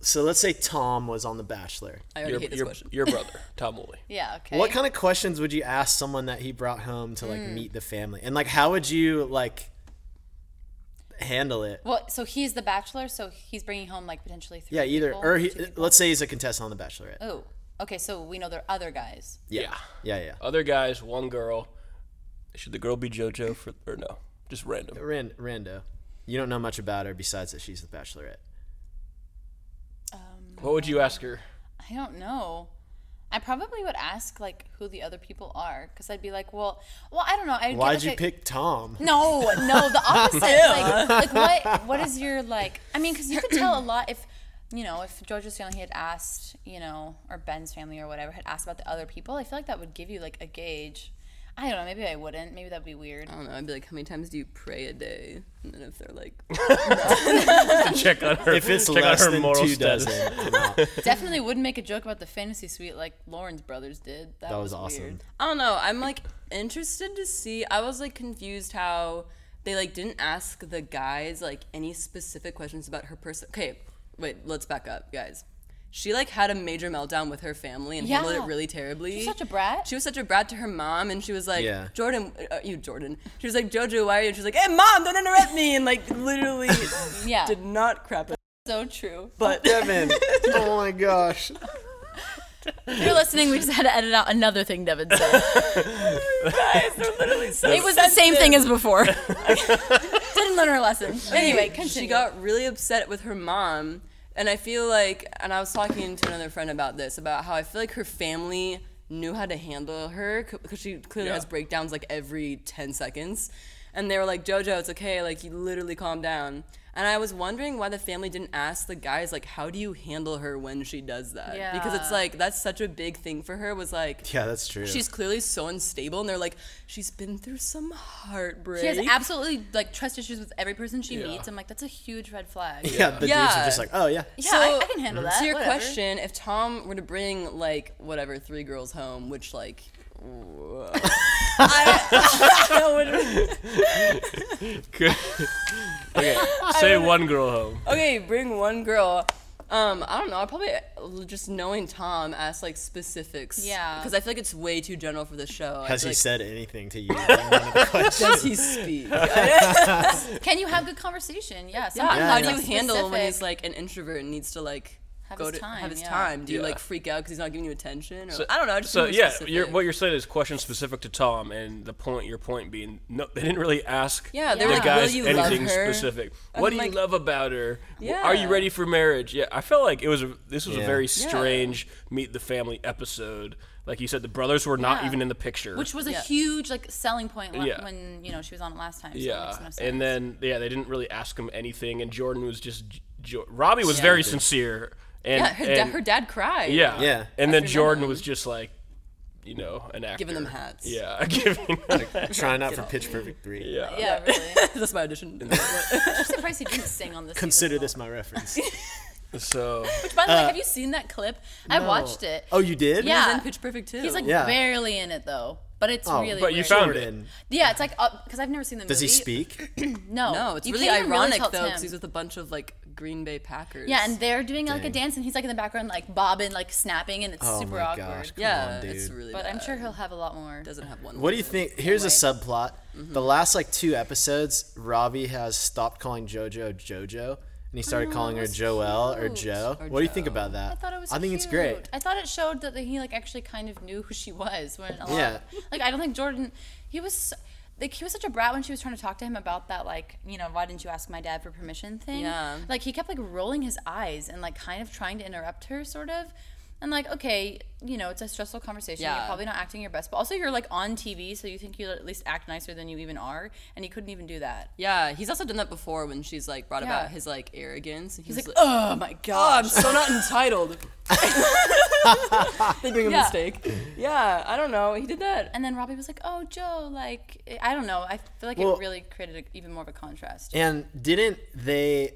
Speaker 2: so let's say Tom was on The Bachelor,
Speaker 3: I already
Speaker 1: your,
Speaker 3: hate this
Speaker 1: your,
Speaker 3: question.
Speaker 1: your brother Tom Woolley.
Speaker 4: Yeah, Okay.
Speaker 2: what kind of questions would you ask someone that he brought home to like
Speaker 4: Mm.
Speaker 2: meet the family, and like how would you like handle it?
Speaker 4: well, so he's the bachelor, so he's bringing home like potentially three.
Speaker 2: Yeah, either
Speaker 4: people,
Speaker 2: or he, uh,
Speaker 4: two people.
Speaker 2: let's say he's a contestant on The Bachelorette.
Speaker 4: Oh, okay. So we know there are other guys.
Speaker 1: Yeah.
Speaker 2: Yeah, yeah.
Speaker 1: Other guys, one girl. Should the girl be JoJo for or no? Just random.
Speaker 2: Ran- Rando, you don't know much about her besides that she's The Bachelorette.
Speaker 1: What would you ask her?
Speaker 4: I don't know. I probably would ask like who the other people are, because I'd be like, well, well, I don't know. I'd
Speaker 2: Why'd
Speaker 4: get,
Speaker 2: you
Speaker 4: like, a-
Speaker 2: pick Tom?
Speaker 4: No, no, the opposite. like, like what? What is your like? I mean, because you could tell a lot if, you know, if George's family had asked, you know, or Ben's family or whatever had asked about the other people. I feel like that would give you like a gauge. I don't know. Maybe I wouldn't. Maybe that'd be weird.
Speaker 3: I don't know. I'd be like, how many times do you pray a day? And then if they're like,
Speaker 1: Check on her.
Speaker 2: If it's
Speaker 1: check
Speaker 2: less
Speaker 1: on her
Speaker 2: than
Speaker 1: moral
Speaker 2: two
Speaker 1: status.
Speaker 2: dozen, come out. that
Speaker 4: Definitely wouldn't make a joke about the fantasy suite like Lauren's brothers did. That,
Speaker 2: was awesome.
Speaker 4: Weird.
Speaker 3: I don't know. I'm like interested to see. I was like confused how they like didn't ask the guys like any specific questions about her person. Okay, wait, let's back up, guys. She like had a major meltdown with her family and handled
Speaker 4: Yeah.
Speaker 3: it really terribly.
Speaker 4: She's such a brat.
Speaker 3: She was such a brat to her mom, and she was like,
Speaker 2: Yeah.
Speaker 3: "Jordan, uh, you Jordan." She was like, "Jojo, why are you?" She's like, "Hey, mom, don't interrupt me!" And like literally,
Speaker 4: Yeah.
Speaker 3: did not crap it.
Speaker 4: So true.
Speaker 3: But
Speaker 2: Devin, oh my gosh.
Speaker 4: If you're listening, we just had to edit out another thing Devin said. it was the same thing as before. Didn't learn her lesson. Anyway, continue.
Speaker 3: she got really upset with her mom and i feel like and i was talking to another friend about this about how i feel like her family knew how to handle her because she clearly
Speaker 1: Yeah.
Speaker 3: has breakdowns like every 10 seconds and they were like jojo it's okay like you literally calm down and i was wondering why the family didn't ask the guys like how do you handle her when she does that because it's
Speaker 4: Yeah.
Speaker 3: like that's such a big thing for her was like
Speaker 2: Yeah, that's true.
Speaker 3: she's clearly so unstable and they're like she's been through some heartbreak
Speaker 4: She has absolutely like trust issues with every person she
Speaker 1: Yeah.
Speaker 4: meets. I'm like, that's a huge red flag.
Speaker 2: yeah, the dudes are
Speaker 3: Yeah.
Speaker 2: just like, oh yeah.
Speaker 4: Yeah, I, I can handle that.
Speaker 3: To your
Speaker 4: Uh, whatever.
Speaker 3: question, if Tom were to bring like whatever three girls home, which like
Speaker 1: Good. okay, say one girl home.
Speaker 3: okay, bring one girl. Um, I don't know. I probably uh, just knowing Tom ask like specifics.
Speaker 4: Yeah.
Speaker 3: Because I feel like it's way too general for the show. I
Speaker 2: Has
Speaker 3: feel
Speaker 2: he
Speaker 3: like,
Speaker 2: said anything to you? in one of the questions?
Speaker 3: Does he speak?
Speaker 4: can you have good conversation? Yeah.
Speaker 3: yeah,
Speaker 4: sometimes
Speaker 3: how
Speaker 4: it's,
Speaker 3: do you
Speaker 4: like,
Speaker 3: handle when he's
Speaker 4: specific.
Speaker 3: like an introvert and needs to like
Speaker 4: Have
Speaker 3: go
Speaker 4: his
Speaker 3: to
Speaker 4: time,
Speaker 3: have his
Speaker 4: yeah.
Speaker 3: time? Do you
Speaker 1: Yeah.
Speaker 3: like freak out because he's not giving you attention? Or, I don't know. Just
Speaker 1: So
Speaker 3: be more
Speaker 1: yeah,
Speaker 3: specific.
Speaker 1: you're, what you're saying is questions specific to Tom, and the point your point being, no, they didn't really ask.
Speaker 3: yeah, they're
Speaker 4: Yeah.
Speaker 1: the
Speaker 3: like,
Speaker 1: guys
Speaker 3: will you
Speaker 1: anything
Speaker 3: love her?
Speaker 1: specific. What do
Speaker 3: I'm
Speaker 1: you
Speaker 3: like-
Speaker 1: love about her?
Speaker 3: Yeah.
Speaker 1: Are you ready for marriage? Yeah, I felt like it was a, this was a
Speaker 2: Yeah.
Speaker 1: very
Speaker 2: Yeah.
Speaker 1: strange meet the family episode. Like you said, the brothers were not
Speaker 4: Yeah.
Speaker 1: even in the picture.
Speaker 4: which was a
Speaker 3: Yeah.
Speaker 4: huge like selling point when,
Speaker 1: Yeah.
Speaker 4: when you know she was on it last time. So it
Speaker 1: yeah,
Speaker 4: makes no sense.
Speaker 1: and then yeah, they didn't really ask him anything, and Jordan was just J- Jo- Robbie was very sincere. And,
Speaker 3: Yeah, her, da-
Speaker 1: and-
Speaker 3: her dad cried.
Speaker 1: Yeah.
Speaker 2: Yeah.
Speaker 1: And then Jordan was just like, you know, an actor.
Speaker 3: Giving them hats.
Speaker 1: Yeah, giving.
Speaker 2: Trying out for Pitch Perfect three.
Speaker 1: yeah.
Speaker 4: yeah, really.
Speaker 3: That's my audition.
Speaker 4: I'm surprised he didn't sing on this.
Speaker 2: Consider
Speaker 4: season
Speaker 2: this my reference.
Speaker 1: So
Speaker 4: Which, by the way, have you seen that clip? I watched it.
Speaker 2: Oh, you did?
Speaker 4: Yeah.
Speaker 3: He's in Pitch Perfect too.
Speaker 4: He's like
Speaker 2: Yeah.
Speaker 4: barely in it though, but it's
Speaker 2: Oh,
Speaker 4: really.
Speaker 1: but you
Speaker 4: weird.
Speaker 1: found-
Speaker 2: Jordan.
Speaker 4: Yeah, it's like because I've never seen the
Speaker 2: Does
Speaker 4: movie.
Speaker 2: he speak?
Speaker 4: No,
Speaker 3: No, it's
Speaker 4: Oh, You
Speaker 3: really
Speaker 4: can't even
Speaker 3: ironic
Speaker 4: tell it's
Speaker 3: though,
Speaker 4: him.
Speaker 3: because he's with a bunch of like Green Bay Packers.
Speaker 4: Yeah, and they're doing like a
Speaker 2: Dang.
Speaker 4: dance, and he's like in the background, like bobbing, like snapping, and it's
Speaker 2: Oh
Speaker 4: super
Speaker 2: my
Speaker 4: awkward.
Speaker 2: gosh. Come
Speaker 3: yeah,
Speaker 2: on, dude.
Speaker 3: it's really.
Speaker 4: But I'm
Speaker 3: bad.
Speaker 4: sure he'll have a lot more.
Speaker 3: doesn't have one.
Speaker 2: What do you think? Here's a
Speaker 4: Anyway.
Speaker 2: subplot.
Speaker 4: Mm-hmm.
Speaker 2: The last like two episodes, Robbie has stopped calling JoJo JoJo, and he started calling her
Speaker 4: Oh, that's
Speaker 2: Joelle or
Speaker 4: cute.
Speaker 2: Joe. what do you think about that?
Speaker 4: I thought it was.
Speaker 2: I think it's
Speaker 4: cute.
Speaker 2: great.
Speaker 4: I thought it showed that he like actually kind of knew who she was. When a lot,
Speaker 2: Yeah.
Speaker 4: like I don't think Jordan, he was so- like he was such a brat when she was trying to talk to him about that like you know why didn't you ask my dad for permission thing.
Speaker 3: Yeah.
Speaker 4: Like he kept like rolling his eyes and like kind of trying to interrupt her sort of. And And like, okay, you know, it's a stressful conversation. You're
Speaker 3: Yeah.
Speaker 4: probably not acting your best, but also you're like on TV, so you think you'll at least act nicer than you even are, and he couldn't even do that.
Speaker 3: Yeah, he's also done that before when she's like brought
Speaker 4: Yeah.
Speaker 3: about his like arrogance. and
Speaker 4: He's
Speaker 3: he's
Speaker 4: like,
Speaker 3: like,
Speaker 4: oh my
Speaker 3: oh,
Speaker 4: god.
Speaker 3: I'm so not entitled. they bring a
Speaker 4: Yeah.
Speaker 3: mistake. Yeah, I don't know. He did that.
Speaker 4: And then Robbie was like, oh Joe, like I don't know. I feel like
Speaker 2: Well-
Speaker 4: it really created a, even more of a contrast.
Speaker 2: And didn't they?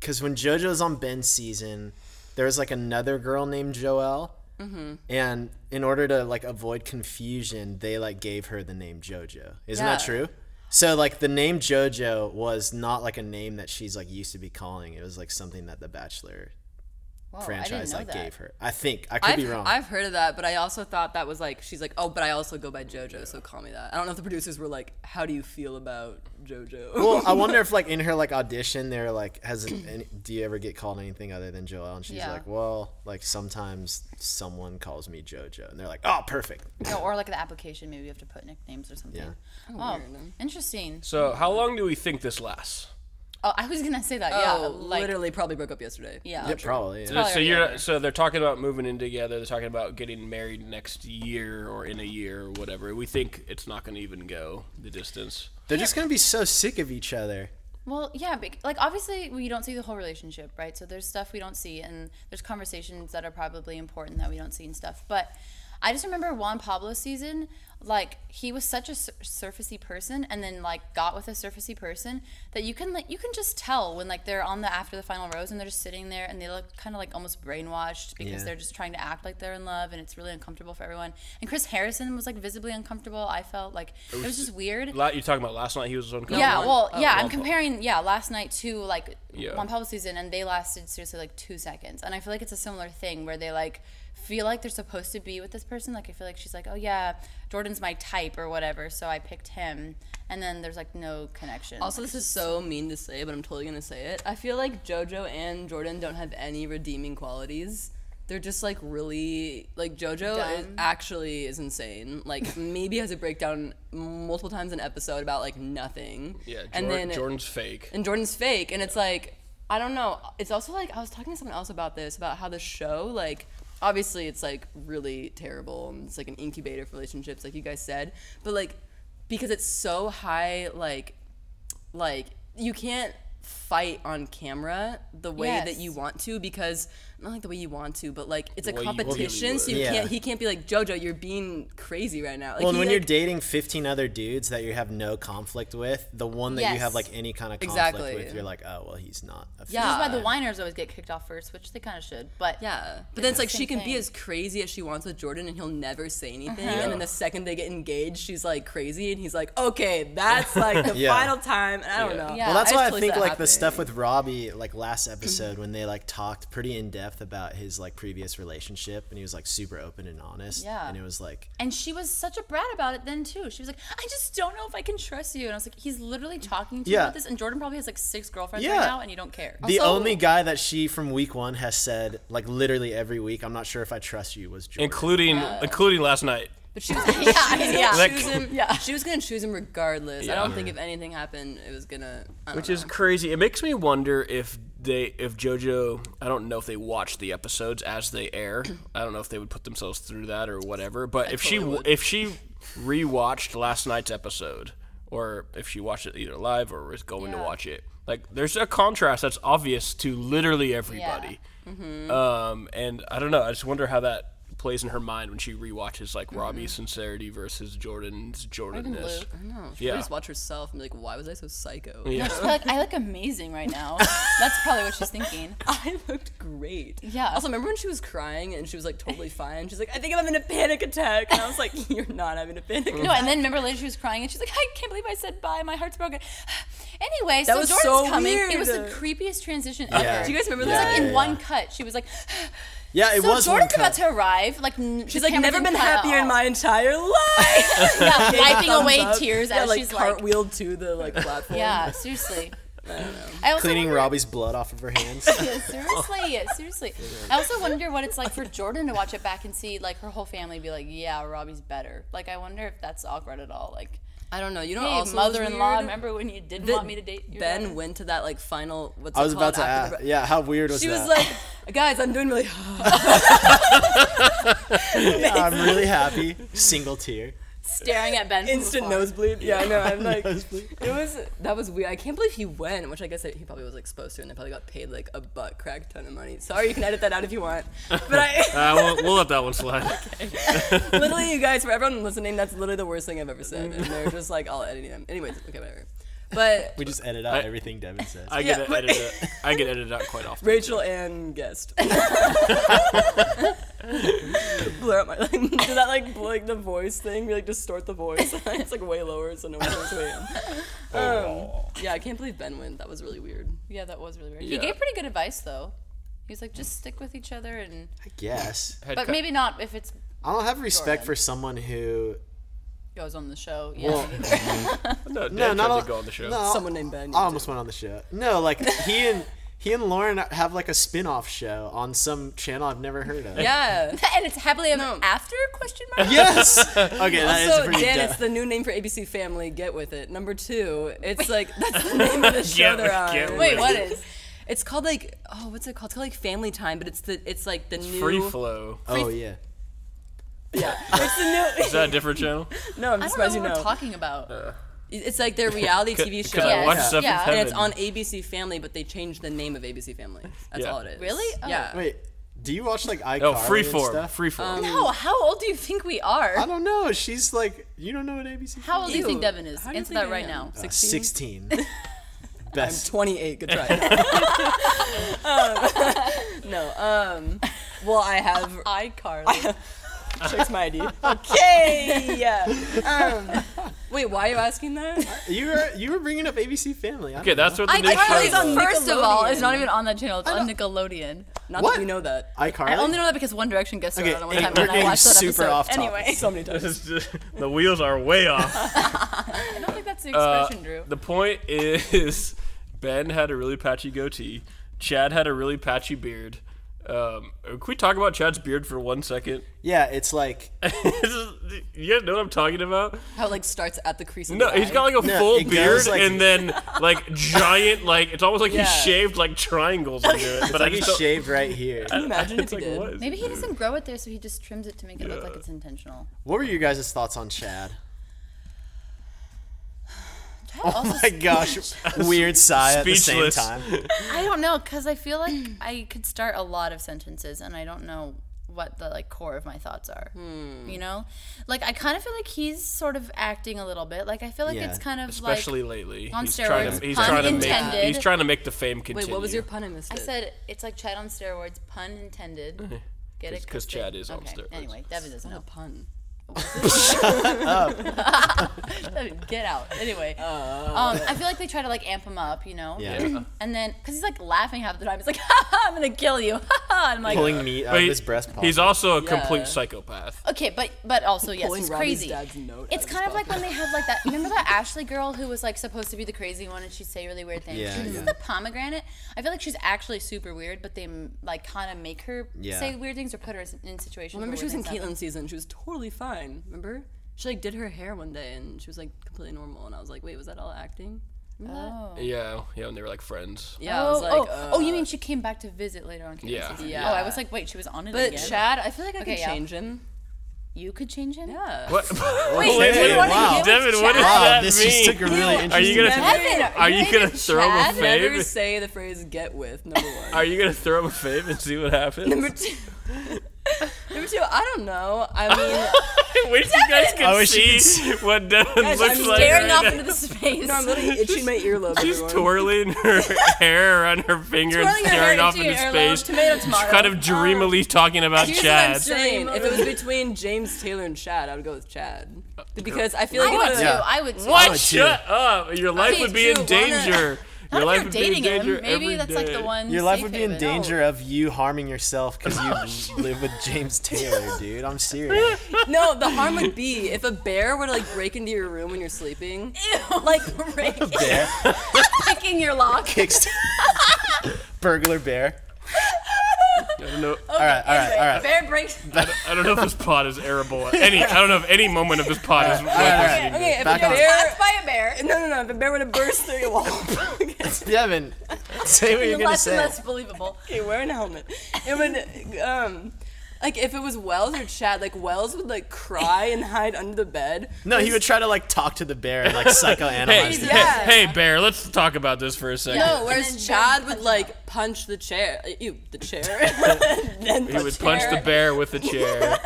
Speaker 2: Because when JoJo's on Ben's season, there was like another girl named Joelle,
Speaker 4: Mm-hmm.
Speaker 2: and in order to like avoid confusion, they like gave her the name JoJo. Isn't that
Speaker 4: Yeah.
Speaker 2: true? So like the name JoJo was not like a name that she's like used to be calling. It was like something that the Bachelor
Speaker 4: Whoa, I didn't
Speaker 2: franchise
Speaker 4: know
Speaker 2: like
Speaker 4: that.
Speaker 2: gave her. I think I could
Speaker 3: I've,
Speaker 2: be wrong.
Speaker 3: I've heard of that, but I also thought that was like she's like, oh, but I also go by JoJo, so call me that. I don't know if the producers were like, how do you feel about JoJo?
Speaker 2: well, I wonder if like in her like audition, they're like, has any, do you ever get called anything other than Joelle? And she's
Speaker 4: Yeah.
Speaker 2: like, well, like sometimes someone calls me JoJo, and they're like, oh, perfect.
Speaker 4: No, or like the application, maybe you have to put nicknames or something.
Speaker 2: Yeah.
Speaker 4: Oh, interesting.
Speaker 1: So, how long do we think this lasts?
Speaker 4: Oh, I was gonna say that. yeah,
Speaker 3: oh,
Speaker 4: like,
Speaker 3: literally probably broke up yesterday.
Speaker 4: Yeah.
Speaker 2: Yeah, probably. yeah.
Speaker 4: Probably
Speaker 1: so
Speaker 4: already
Speaker 1: you're
Speaker 4: over.
Speaker 1: so they're talking about moving in together. They're talking about getting married next year or in a year or whatever. We think it's not going to even go the distance.
Speaker 2: They're just gonna be so sick of each other.
Speaker 4: Well, yeah, bec- like obviously we don't see the whole relationship, right? So there's stuff we don't see, and there's conversations that are probably important that we don't see and stuff. But I just remember Juan Pablo's season, like he was such a sur- surfacey person, and then like got with a surfacey person that you can like you can just tell when like they're on the after the final rose and they're just sitting there and they look kind of like almost brainwashed because
Speaker 2: Yeah.
Speaker 4: they're just trying to act like they're in love and it's really uncomfortable for everyone. And Chris Harrison was like visibly uncomfortable. I felt like it was just weird.
Speaker 1: La- You're talking about last night. He was on.
Speaker 4: Yeah,
Speaker 3: one-
Speaker 4: well,
Speaker 3: oh,
Speaker 4: yeah,
Speaker 1: one
Speaker 4: I'm
Speaker 1: pub.
Speaker 4: comparing, yeah, last night to like
Speaker 1: Yeah.
Speaker 4: one public season, and they lasted seriously like two seconds. And I feel like it's a similar thing where they like feel like they're supposed to be with this person. Like, I feel like she's like, oh, yeah, Jordan's my type or whatever, so I picked him. And then there's like no connection.
Speaker 3: Also, this is so mean to say, but I'm totally gonna say it. I feel like JoJo and Jordan don't have any redeeming qualities. They're just like really like JoJo is,
Speaker 4: Dumb.
Speaker 3: actually is insane. Like maybe has a breakdown multiple times an episode about like nothing.
Speaker 1: Yeah, Jordan,
Speaker 3: and then
Speaker 1: Jordan's fake.
Speaker 3: and Jordan's fake, and it's like I don't know. It's also like I was talking to someone else about this about how the show like obviously it's like really terrible and it's like an incubator for relationships, like you guys said, but like because it's so high like like you can't fight on camera the way that
Speaker 4: Yes.
Speaker 3: you want to because not like the way you want to but like it's a
Speaker 1: way you really
Speaker 3: competition so you
Speaker 2: would. Yeah.
Speaker 3: can't he can't be like jojo you're being crazy right now like,
Speaker 2: Well, and
Speaker 3: he,
Speaker 2: when
Speaker 3: like-
Speaker 2: you're dating 15 other dudes that you have no conflict with, the one that you have
Speaker 4: Yes.
Speaker 2: like any kind of conflict
Speaker 3: Exactly.
Speaker 2: with, you're like, oh, well, he's not. A
Speaker 3: Yeah.
Speaker 4: This is why the whiners always get kicked off first, which they kind of should. But
Speaker 3: Yeah, but then it's like she
Speaker 4: same
Speaker 3: can be
Speaker 4: thing. Uh-huh.
Speaker 3: as crazy as she wants with Jordan, and he'll never say anything. And then the second they get engaged, she's like crazy, and he's like, "Okay, that's like the
Speaker 2: Yeah.
Speaker 3: final time." And I don't know.
Speaker 4: Yeah.
Speaker 2: Well, that's
Speaker 3: I
Speaker 2: why
Speaker 3: just
Speaker 2: I
Speaker 3: totally
Speaker 2: think
Speaker 3: see that
Speaker 2: like the
Speaker 3: happening.
Speaker 2: stuff with Robbie, like last episode when they like talked pretty in depth about his like previous relationship, and he was like super open and honest.
Speaker 4: Yeah.
Speaker 2: And it was like,
Speaker 4: And she was such a brat about it then too. She was like, "I just don't know if I can trust you." And I was like, "He's literally talking to you
Speaker 2: Yeah.
Speaker 4: about this." And Jordan probably has like six girlfriends
Speaker 2: Yeah.
Speaker 4: right now, and you don't care.
Speaker 2: the
Speaker 3: Also-
Speaker 2: only guy that she from week one has said like literally every week, I'm not sure if I trust you was Jordan.
Speaker 1: including including last night.
Speaker 3: But she was, gonna,
Speaker 4: yeah.
Speaker 1: Like-
Speaker 3: choose him.
Speaker 4: Yeah.
Speaker 3: She was gonna choose him regardless. I
Speaker 1: Yeah.
Speaker 3: don't think if anything happened, it was gonna. I don't
Speaker 1: Which is crazy. It makes me wonder if they, if JoJo, I don't know if they watch the episodes as they air. I don't know if they would put themselves through that or whatever. But if she
Speaker 3: totally
Speaker 1: w if she rewatched last night's episode, or if she watched it either live or is going to
Speaker 4: Yeah.
Speaker 1: watch it, like there's a contrast that's obvious to literally everybody.
Speaker 3: Mm-hmm.
Speaker 1: Um, and I don't know. I just wonder how that plays in her mind when she rewatches
Speaker 3: Mm-hmm.
Speaker 1: like Robbie's sincerity versus Jordan's Jordanness.
Speaker 4: Luke.
Speaker 3: I don't know. She
Speaker 1: Yeah.
Speaker 3: just watch herself and be like, "Why was I so psycho?"
Speaker 1: Yeah.
Speaker 4: She's like, I look amazing right now. That's probably what she's thinking.
Speaker 3: I looked great.
Speaker 4: Yeah.
Speaker 3: Also, remember when she was crying and she was like totally fine? She's like, "I think I'm having a panic attack," and I was like, "You're not having a
Speaker 1: Mm.
Speaker 3: panic." attack.
Speaker 4: No, and then remember later she was crying and she's like, I can't believe I said bye. My heart's broken. anyway, so
Speaker 3: was
Speaker 4: Jordan's
Speaker 3: so
Speaker 4: coming. It was the
Speaker 3: weird.
Speaker 4: creepiest transition
Speaker 2: Yeah.
Speaker 4: ever.
Speaker 3: Do you guys remember
Speaker 4: It was
Speaker 3: that?
Speaker 4: like in
Speaker 2: Yeah.
Speaker 4: one cut. She was like,
Speaker 2: Yeah, it
Speaker 4: so
Speaker 2: was. one
Speaker 4: Jordan's about
Speaker 2: cut.
Speaker 4: to arrive. Like n-
Speaker 3: She's
Speaker 4: the
Speaker 3: like,
Speaker 4: camera
Speaker 3: never
Speaker 4: didn't
Speaker 3: been
Speaker 4: cut at
Speaker 3: happier in
Speaker 4: all.
Speaker 3: my entire life.
Speaker 4: yeah, wiping
Speaker 3: Thumbs
Speaker 4: away
Speaker 3: up.
Speaker 4: tears
Speaker 3: yeah,
Speaker 4: as
Speaker 3: like
Speaker 4: she's like,
Speaker 3: cartwheeled to the like platform.
Speaker 4: yeah, seriously. I also
Speaker 2: Cleaning
Speaker 4: wonder-
Speaker 2: Robbie's blood off of her hands.
Speaker 4: Yeah, seriously, yeah, seriously. I also wonder what it's like for Jordan to watch it back and see like her whole family be like, "Yeah, Robbie's better." Like, I wonder if that's awkward at all. Like,
Speaker 3: I don't know. You know,
Speaker 4: hey,
Speaker 3: also was
Speaker 4: mother-in-law,
Speaker 3: weird?
Speaker 4: remember when you didn't
Speaker 3: That
Speaker 4: want me to date your
Speaker 3: Ben
Speaker 4: daughter?
Speaker 3: went to that like final. What's
Speaker 2: I was
Speaker 3: it called
Speaker 2: about to
Speaker 3: after
Speaker 2: ask.
Speaker 3: the-
Speaker 2: Yeah, how weird was
Speaker 3: She
Speaker 2: that?
Speaker 3: was like, guys, I'm doing really.
Speaker 2: I'm really happy. Single tear.
Speaker 4: staring at Ben. from
Speaker 3: Instant
Speaker 4: afar.
Speaker 3: nosebleed. Yeah, I know. I'm like,
Speaker 2: Nosebleed.
Speaker 3: it was that was weird. I can't believe he went, which I guess that he probably was like supposed to, and they probably got paid like a butt crack ton of money. Sorry, you can edit that out if you want. But I
Speaker 1: Uh, we'll, we'll let that one slide.
Speaker 3: literally, you guys, for everyone listening, that's literally the worst thing I've ever said, and they're just like, I'll edit them. Anyways, okay, whatever. But
Speaker 2: We just edit out everything Devin says.
Speaker 1: I get
Speaker 3: Yeah,
Speaker 1: it
Speaker 3: but-
Speaker 1: edited. out- I get edited out quite often.
Speaker 3: Rachel and guest. Blur out my like, did that like blur, like the voice thing? We like distort the voice. it's like way lower, so no one knows who I am.
Speaker 1: Oh.
Speaker 3: Um, yeah, I can't believe Ben went. That was really weird.
Speaker 4: Yeah, that was really weird.
Speaker 1: Yeah.
Speaker 4: He gave pretty good advice though. He was like, just stick with each other and,
Speaker 2: I guess.
Speaker 1: Head
Speaker 4: but
Speaker 1: cut.
Speaker 4: maybe not if it
Speaker 2: I don't have respect
Speaker 4: Jordan.
Speaker 2: for someone who.
Speaker 4: goes on the show. Yeah.
Speaker 2: Well,
Speaker 1: no, Dad
Speaker 2: no,
Speaker 1: tried
Speaker 2: not all-
Speaker 1: to go on the show.
Speaker 2: no, I-
Speaker 3: Someone named Ben.
Speaker 2: I almost went on the show. No, like he and he and Lauren have like a spin-off show on some channel I've never heard of.
Speaker 3: Yeah.
Speaker 4: and it's happily ever
Speaker 3: No.
Speaker 4: after? Question mark.
Speaker 2: Yes. Okay, that is
Speaker 3: So
Speaker 2: a pretty.
Speaker 3: Dan,
Speaker 2: dumb-
Speaker 3: it's the new name for ABC Family. Get with it. Number two, it's like that's the name of the
Speaker 1: Get
Speaker 3: show they're on.
Speaker 1: with- get
Speaker 4: Wait,
Speaker 1: with
Speaker 4: what is?
Speaker 3: It's called like oh, what's it called? It's called like Family Time, but it's the it's like the new
Speaker 1: Free flow.
Speaker 2: oh yeah.
Speaker 3: yeah. It's the
Speaker 1: Is that a different channel?
Speaker 3: new. No, I'm
Speaker 4: I don't
Speaker 3: surprised
Speaker 4: know
Speaker 3: you
Speaker 4: what
Speaker 3: know.
Speaker 4: we're talking about.
Speaker 1: Uh,
Speaker 3: It's like their reality TV show.
Speaker 1: Because I
Speaker 4: Yeah,
Speaker 1: watched
Speaker 4: yeah.
Speaker 1: Seventh
Speaker 4: Yeah.
Speaker 1: Heaven.
Speaker 4: And
Speaker 3: and it's on ABC Family, but they changed the name of ABC Family. That's
Speaker 1: Yeah.
Speaker 3: all it is.
Speaker 4: Really? Oh.
Speaker 3: Yeah.
Speaker 2: Wait, do you watch like iCarly
Speaker 1: no,
Speaker 2: and
Speaker 1: Oh, freeform.
Speaker 2: stuff?
Speaker 1: Freeform.
Speaker 4: no, how old do you think we
Speaker 2: I
Speaker 4: are?
Speaker 2: don't know. She's like, you don't know what ABC.
Speaker 4: How old do you
Speaker 3: Ew.
Speaker 4: think Devin is?
Speaker 3: How do you
Speaker 4: Answer
Speaker 3: think
Speaker 4: that
Speaker 3: I
Speaker 4: right
Speaker 3: am?
Speaker 4: now.
Speaker 2: is?
Speaker 3: 16?
Speaker 2: Sixteen.
Speaker 3: I'm
Speaker 2: Best.
Speaker 3: 28. Good try. um, no. Um. Well, I have
Speaker 4: iCarly.
Speaker 3: checks my ID. Okay. Yeah. Um, wait, why are you asking that?
Speaker 2: You were you were bringing up ABC Family. I
Speaker 1: Okay,
Speaker 2: don't know.
Speaker 1: that's what the new
Speaker 3: iCarly's
Speaker 1: show
Speaker 3: on
Speaker 1: is.
Speaker 4: iCarly, first of all, is not
Speaker 3: Nickelodeon.
Speaker 4: even on that channel. It's on Nickelodeon.
Speaker 3: Not
Speaker 2: What?
Speaker 3: that we know that.
Speaker 2: iCarly.
Speaker 4: I only know that because One Direction guest starred
Speaker 2: Okay,
Speaker 4: on it one
Speaker 2: and
Speaker 4: time
Speaker 2: we're
Speaker 4: and I
Speaker 2: getting
Speaker 4: watched that
Speaker 2: super
Speaker 4: episode.
Speaker 2: off topic.
Speaker 4: anyway,
Speaker 3: So many times.
Speaker 1: This is just- the wheels are way off.
Speaker 4: I don't think that's the
Speaker 1: Uh,
Speaker 4: expression, Drew.
Speaker 1: the point is, Ben had a really patchy goatee. Chad had a really patchy beard. Um, can we talk about Chad's beard for one second?
Speaker 2: Yeah, it's like
Speaker 1: This is- you guys know what I'm talking about?
Speaker 3: How it, like starts at the crease. Of
Speaker 1: No,
Speaker 3: the
Speaker 1: he's
Speaker 3: eye.
Speaker 1: got like a
Speaker 2: No,
Speaker 1: full
Speaker 2: it
Speaker 1: beard
Speaker 2: goes like-
Speaker 1: and then like giant, like it's almost like
Speaker 3: Yeah.
Speaker 1: he shaved like triangles into it. But I
Speaker 2: like he
Speaker 1: just don't-
Speaker 2: shaved right here.
Speaker 3: Can you imagine if
Speaker 1: it's
Speaker 3: he
Speaker 1: like
Speaker 3: did?
Speaker 1: what? is
Speaker 4: Maybe he
Speaker 1: this?
Speaker 4: doesn't grow it there, so he just trims it to make it look like it's intentional.
Speaker 2: What were your guys' thoughts on Chad?
Speaker 4: Chad
Speaker 2: Oh
Speaker 4: also
Speaker 2: my gosh, weird sigh at the same
Speaker 1: Speechless.
Speaker 2: time.
Speaker 4: I don't know because I feel like I could start a lot of sentences and I don't know what the like core of my thoughts are.
Speaker 2: Hmm.
Speaker 4: You know, like I kind of feel like he's sort of acting a little bit. Like I feel like
Speaker 2: Yeah.
Speaker 4: it's kind of
Speaker 1: Especially
Speaker 4: like
Speaker 1: lately,
Speaker 4: on
Speaker 1: he's trying
Speaker 4: steroids,
Speaker 1: to he's
Speaker 4: pun
Speaker 1: trying to make
Speaker 4: intended.
Speaker 1: he's trying to make the fame continue.
Speaker 3: Wait, what was your pun? I missed
Speaker 4: I
Speaker 3: it.
Speaker 4: said it's like Chad on steroids, pun intended. Get it?
Speaker 1: 'Cause- 'cause
Speaker 4: they-
Speaker 1: Chad is on steroids.
Speaker 4: Anyway, Devin doesn't
Speaker 3: Not a
Speaker 4: know.
Speaker 3: pun.
Speaker 4: Devin, get out. Anyway, um, I feel like they try to like amp him up, you know.
Speaker 2: Yeah.
Speaker 1: Yeah.
Speaker 4: And then, cause he's like laughing half the time. He's like, "Ha ha, I'm gonna kill you." Ha ha. And I'm like,
Speaker 2: Pulling meat out
Speaker 1: But
Speaker 2: of
Speaker 1: he-
Speaker 2: his breast pocket.
Speaker 1: He's also a
Speaker 3: Yeah.
Speaker 1: complete psychopath.
Speaker 4: Okay, but but also yes,
Speaker 3: Pulling
Speaker 4: he's
Speaker 3: Robbie's
Speaker 4: crazy.
Speaker 3: dad's note out
Speaker 4: It's
Speaker 3: of
Speaker 4: kind
Speaker 3: his
Speaker 4: of like when they had like that. Remember that Ashley girl who was like supposed to be the crazy one and she'd say really weird things.
Speaker 2: Yeah,
Speaker 4: She- this
Speaker 2: yeah.
Speaker 4: is the pomegranate. I feel like she's actually super weird, but they mm, like kind of make her
Speaker 2: Yeah.
Speaker 4: say weird things or put her in situations. where
Speaker 3: Remember, she was in
Speaker 4: weird things happen.
Speaker 3: Caitlyn's season. She was totally fine. Remember, she like did her hair one day and she was like completely normal. And I was like, wait, was that all acting? Remember that?
Speaker 4: Oh.
Speaker 1: Yeah, yeah, and they were like friends.
Speaker 3: Yeah. I
Speaker 4: oh,
Speaker 3: was like,
Speaker 4: oh, oh, you
Speaker 3: uh,
Speaker 4: mean she came back to visit later on? Caitlyn's
Speaker 1: Yeah.
Speaker 4: season.
Speaker 3: Yeah.
Speaker 4: Oh, I was like, wait, she was on it
Speaker 3: But
Speaker 4: again.
Speaker 3: Chad, I feel like I
Speaker 4: Okay,
Speaker 3: could
Speaker 4: yeah.
Speaker 3: change him.
Speaker 4: you could change him.
Speaker 3: Yeah.
Speaker 1: What?
Speaker 4: Wait,
Speaker 2: Wait,
Speaker 4: you want
Speaker 2: wow.
Speaker 4: to
Speaker 1: Devin, what does
Speaker 2: wow,
Speaker 1: that
Speaker 2: this
Speaker 1: mean?
Speaker 2: just took a really interesting.
Speaker 1: Are you gonna
Speaker 4: Devin,
Speaker 1: are you
Speaker 4: hated
Speaker 1: gonna throw
Speaker 4: Chad?
Speaker 1: him a
Speaker 3: Never
Speaker 1: fave?
Speaker 3: say the phrase "get with" number one.
Speaker 1: Are you gonna throw him a fave and see what happens?
Speaker 3: number two. number two. I don't know. I mean,
Speaker 1: I wish you guys could
Speaker 2: I wish you
Speaker 1: see
Speaker 2: could
Speaker 1: what Devin
Speaker 3: Guys,
Speaker 1: looks
Speaker 3: I'm
Speaker 1: like.
Speaker 4: Staring
Speaker 1: right
Speaker 4: off
Speaker 1: now.
Speaker 4: into the space.
Speaker 3: no, I'm literally itching my earlobe.
Speaker 1: She's
Speaker 3: everyone.
Speaker 1: twirling her hair on her finger
Speaker 4: Twirling
Speaker 1: and
Speaker 4: her
Speaker 1: staring
Speaker 4: hair
Speaker 1: off
Speaker 4: into
Speaker 1: into
Speaker 4: your earlobe,
Speaker 1: space.
Speaker 4: tomato, tomato.
Speaker 1: Kind of dreamily talking about
Speaker 3: Oh.
Speaker 4: here's what I'm
Speaker 1: Chad.
Speaker 4: saying.
Speaker 3: Saying, if it was between James Taylor and Chad, I would go with Chad
Speaker 1: Uh,
Speaker 3: because I feel like
Speaker 4: I would
Speaker 3: if
Speaker 4: too.
Speaker 3: it-
Speaker 2: Yeah.
Speaker 4: I would too.
Speaker 1: What?
Speaker 2: Oh,
Speaker 1: Shut up! Your life
Speaker 4: Okay,
Speaker 1: would be in
Speaker 4: Drew, why not?
Speaker 1: danger.
Speaker 4: Not
Speaker 1: Your
Speaker 4: if
Speaker 1: life
Speaker 4: you're
Speaker 1: would be in
Speaker 4: dating
Speaker 1: danger
Speaker 4: him. Maybe
Speaker 1: every
Speaker 4: that's like the
Speaker 1: day.
Speaker 4: one.
Speaker 2: Your life
Speaker 4: safe
Speaker 2: would be in
Speaker 4: haven.
Speaker 2: danger of you harming yourself because you live with James Taylor, dude. I'm serious.
Speaker 3: No, the harm would be if a bear were to like break into your room when you're sleeping.
Speaker 4: Ew. Like break-
Speaker 2: Bear,
Speaker 4: picking your lock.
Speaker 2: kicks, burglar bear.
Speaker 1: I don't know.
Speaker 4: Oh.
Speaker 2: All right, all right, all right.
Speaker 4: Bear breaks.
Speaker 1: I don't know if this pod is airable. Any. I don't know if any moment of this pod is.
Speaker 2: Alright,
Speaker 3: Okay, if
Speaker 2: Back
Speaker 3: a
Speaker 2: on.
Speaker 3: bear.
Speaker 4: by a bear.
Speaker 3: No, no, no. If a bear were to burst through your wall.
Speaker 2: Devin, say what you're gonna
Speaker 4: less and
Speaker 2: say.
Speaker 4: less believable.
Speaker 3: okay, wear a helmet. It would. Um, Like if it was Wells or Chad, like Wells would like cry and hide under the bed.
Speaker 2: No, he would try to like talk to the bear and like psychoanalyze.
Speaker 1: Hey,
Speaker 2: it.
Speaker 3: Yeah.
Speaker 1: hey, hey, Bear, let's talk about this for a second.
Speaker 3: No,
Speaker 4: then
Speaker 3: whereas
Speaker 4: Ben
Speaker 3: Chad
Speaker 4: punch
Speaker 3: would
Speaker 4: him
Speaker 3: like punch the chair. You the chair. then
Speaker 1: He would punch the
Speaker 3: chair.
Speaker 1: bear with the chair.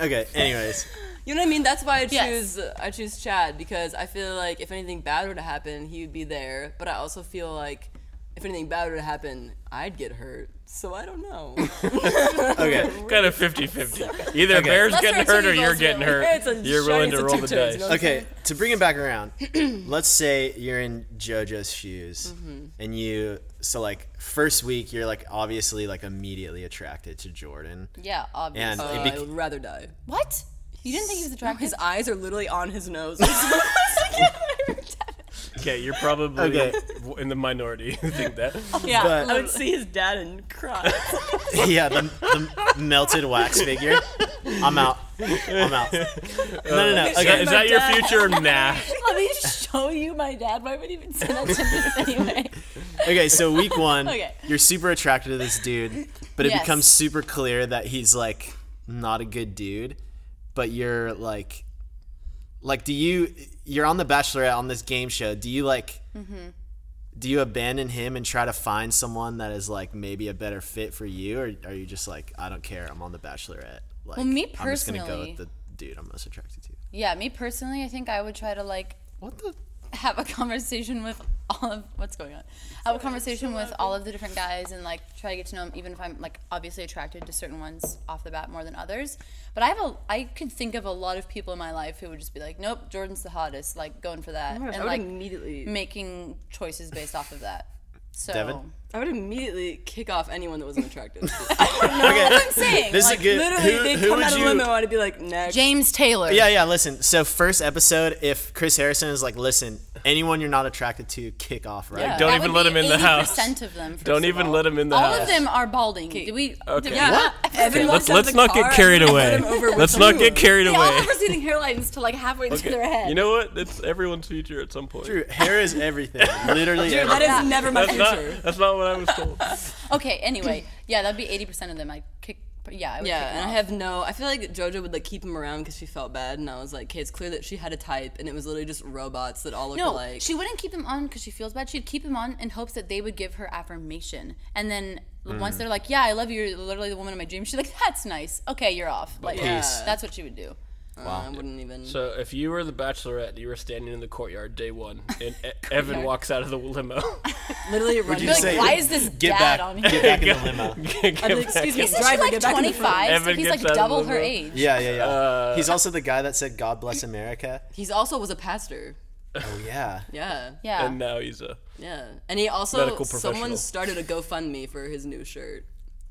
Speaker 2: Okay. Anyways,
Speaker 3: You know what I mean? That's why I
Speaker 4: Yes.
Speaker 3: choose I choose Chad because I feel like if anything bad were to happen, he would be there. But I also feel like if anything bad were to happen, I'd get hurt. So I don't know.
Speaker 2: okay.
Speaker 1: kind of 50-50. Either
Speaker 2: Okay.
Speaker 1: Bear's
Speaker 4: Let's
Speaker 1: getting
Speaker 4: roll two
Speaker 1: hurt or you're
Speaker 4: evils,
Speaker 1: getting
Speaker 4: really.
Speaker 1: hurt.
Speaker 3: It's a
Speaker 1: you're
Speaker 3: shiny-
Speaker 1: willing
Speaker 3: it's
Speaker 1: to
Speaker 3: a
Speaker 1: roll
Speaker 3: two
Speaker 1: the
Speaker 3: turns,
Speaker 1: dice.
Speaker 3: no
Speaker 2: Okay, to bring it back around, let's say you're in JoJo's shoes,
Speaker 4: Mm-hmm.
Speaker 2: and you so like first week you're like obviously like immediately attracted to Jordan,
Speaker 4: Yeah,
Speaker 2: and
Speaker 4: obviously.
Speaker 3: Uh,
Speaker 2: it
Speaker 3: I
Speaker 2: bec-
Speaker 3: would rather die.
Speaker 4: what? You didn't think he was attractive?
Speaker 3: His eyes are literally on his nose.
Speaker 1: Okay, you're probably
Speaker 2: Okay.
Speaker 1: w- in the minority who think that.
Speaker 3: yeah,
Speaker 2: But-
Speaker 3: I would see his dad and cry.
Speaker 2: yeah the, the melted wax figure. I'm out. I'm out. No, no, no.
Speaker 1: Is that-
Speaker 2: Okay,
Speaker 1: is that your
Speaker 4: dad.
Speaker 1: future? Nah.
Speaker 4: Let me show you my dad. Why would he even send that to this anyway?
Speaker 2: okay. So week one,
Speaker 4: Okay.
Speaker 2: you're super attracted to this dude, but it
Speaker 4: Yes.
Speaker 2: becomes super clear that he's like not a good dude. But you're like like do you you're on the bachelorette on this game show do you like
Speaker 4: Mm-hmm.
Speaker 2: do you abandon him and try to find someone that is like maybe a better fit for you or are you just like i don't care i'm on the bachelorette like
Speaker 4: Well, me
Speaker 2: i'm just gonna go
Speaker 4: personally-
Speaker 2: with the dude i'm most attracted to
Speaker 4: Yeah, me personally, I think I would try to like
Speaker 2: what the
Speaker 4: have a conversation with all of what's going on. Have a conversation with all of the different guys and like try to get to know them, even if I'm like obviously attracted to certain ones off the bat more than others. But I have a I could think of a lot of people in my life who would just be like, nope, Jordan's the hottest, like going for that,
Speaker 3: Oh I
Speaker 4: and
Speaker 3: would
Speaker 4: like
Speaker 3: immediately.
Speaker 4: making choices based off of that. So
Speaker 2: Devin?
Speaker 3: I would immediately kick off anyone that wasn't attractive.
Speaker 4: that's what I'm saying.
Speaker 2: this
Speaker 4: like,
Speaker 2: is good
Speaker 3: Oh, Literally,
Speaker 2: who,
Speaker 3: they
Speaker 2: who
Speaker 3: come
Speaker 2: would
Speaker 3: out of
Speaker 2: you
Speaker 3: limo and I'd be like, next.
Speaker 4: James Taylor.
Speaker 2: yeah yeah listen so first episode if chris harrison is like listen anyone you're not attracted to kick off right
Speaker 1: don't
Speaker 4: That
Speaker 1: even
Speaker 4: would
Speaker 1: let
Speaker 4: be
Speaker 1: him in the house.
Speaker 4: 80% of them. first
Speaker 1: Don't
Speaker 4: of
Speaker 1: even
Speaker 4: all.
Speaker 1: let him in the
Speaker 4: all
Speaker 1: house.
Speaker 4: of them are balding. Do we?
Speaker 1: Okay.
Speaker 4: Do we
Speaker 1: Yeah.
Speaker 3: Evan
Speaker 1: Let's
Speaker 3: walks out of
Speaker 1: let's
Speaker 3: the
Speaker 1: not get
Speaker 3: car
Speaker 1: carried
Speaker 3: and
Speaker 1: away.
Speaker 3: I'm over with
Speaker 1: Let's not
Speaker 3: you.
Speaker 1: get carried
Speaker 4: They all
Speaker 1: away.
Speaker 4: have receding hairlines to like halfway to their head.
Speaker 1: You know what? It's everyone's future at some point.
Speaker 2: Dude, hair is everything literally
Speaker 3: Dude,
Speaker 2: everything.
Speaker 3: that is never my
Speaker 1: That's not,
Speaker 3: future.
Speaker 1: that's not what I was told.
Speaker 4: okay. Anyway, yeah, that'd be eighty percent of them. I would kick. Yeah. I would
Speaker 3: Yeah,
Speaker 4: kick
Speaker 3: and I
Speaker 4: off.
Speaker 3: have no. I feel like JoJo would like keep him around because she felt bad, and I was like, okay, it's clear that she had a type, and it was literally just robots that all looked
Speaker 4: No,
Speaker 3: alike.
Speaker 4: she wouldn't keep them on because she feels bad. She'd keep him on in hopes that they would give her affirmation, and then once they're like, "Yeah, I love you. You're literally the woman of my dreams," she's like, "That's nice. Okay, you're off." Like,
Speaker 2: Peace.
Speaker 4: that's what she would do.
Speaker 3: Uh, I wouldn't even.
Speaker 1: So if you were the Bachelorette, you were standing in the courtyard day one, and E- Evan walks out of the limo.
Speaker 3: literally, running.
Speaker 2: you
Speaker 4: Like,
Speaker 2: say-
Speaker 4: why is this
Speaker 2: get
Speaker 4: dad
Speaker 2: back
Speaker 4: on
Speaker 2: get
Speaker 4: here?
Speaker 2: back in the limo
Speaker 1: Get
Speaker 3: I'd be like,
Speaker 1: back
Speaker 3: excuse me,
Speaker 1: in-
Speaker 4: Isn't she
Speaker 3: driver,
Speaker 4: like
Speaker 3: get back in the
Speaker 4: twenty five? So
Speaker 1: Evan
Speaker 4: he's
Speaker 1: gets out
Speaker 4: like
Speaker 1: of the
Speaker 4: double her
Speaker 1: limo.
Speaker 4: age.
Speaker 2: Yeah, yeah, yeah.
Speaker 3: Uh,
Speaker 2: He's also the guy that said "God bless America."
Speaker 3: he's also was a pastor.
Speaker 2: Oh yeah.
Speaker 3: Yeah,
Speaker 4: Yeah.
Speaker 1: And now he's a.
Speaker 3: yeah, and he also
Speaker 1: Medical
Speaker 3: someone
Speaker 1: professional.
Speaker 3: started a GoFundMe for his new shirt,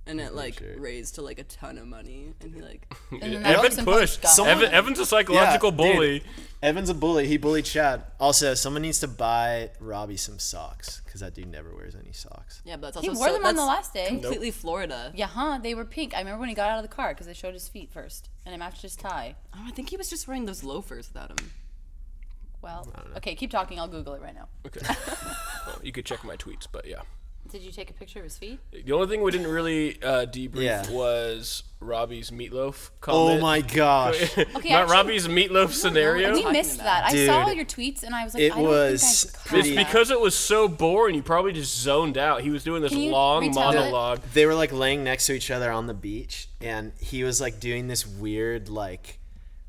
Speaker 3: and it like
Speaker 2: shirt.
Speaker 3: raised to like a ton of money, and he like.
Speaker 4: And then that
Speaker 1: Evan
Speaker 4: person probably
Speaker 1: pushed.
Speaker 4: got
Speaker 2: Someone-
Speaker 1: Evan, Evan's a psychological
Speaker 2: Yeah, dude.
Speaker 1: bully.
Speaker 2: Evan's a bully. He bullied Chad. Also, someone needs to buy Robbie some socks because that dude never wears any socks.
Speaker 3: Yeah, but that's
Speaker 4: He
Speaker 3: also
Speaker 4: wore
Speaker 3: so-
Speaker 4: them on the
Speaker 3: that's
Speaker 4: last day.
Speaker 3: Completely Florida.
Speaker 4: Yeah, huh? They were pink. I remember when he got out of the car because they showed his feet first, and it matched his tie.
Speaker 3: Oh, I think he was just wearing those loafers without him.
Speaker 4: Well, okay, keep talking. I'll Google it right now.
Speaker 1: Okay. Well, you could check my tweets, but yeah.
Speaker 4: Did you take a picture of his feet?
Speaker 1: The only thing we didn't really uh, debrief
Speaker 2: Yeah.
Speaker 1: was Robbie's meatloaf
Speaker 2: Oh
Speaker 1: comment.
Speaker 2: my gosh!
Speaker 4: Okay,
Speaker 1: Not
Speaker 4: actually-
Speaker 1: Robbie's meatloaf scenario.
Speaker 4: We
Speaker 3: talking
Speaker 4: missed
Speaker 3: about?
Speaker 4: that. I saw
Speaker 2: Dude,
Speaker 4: your tweets and I was like,
Speaker 2: it
Speaker 4: I don't
Speaker 2: was
Speaker 4: think I could
Speaker 2: pretty-
Speaker 4: comment.
Speaker 1: It's because it was so boring. You probably just zoned out. He was doing this
Speaker 4: Can you
Speaker 1: long
Speaker 4: retell it?
Speaker 1: monologue.
Speaker 2: they were like laying next to each other on the beach, and he was like doing this weird like.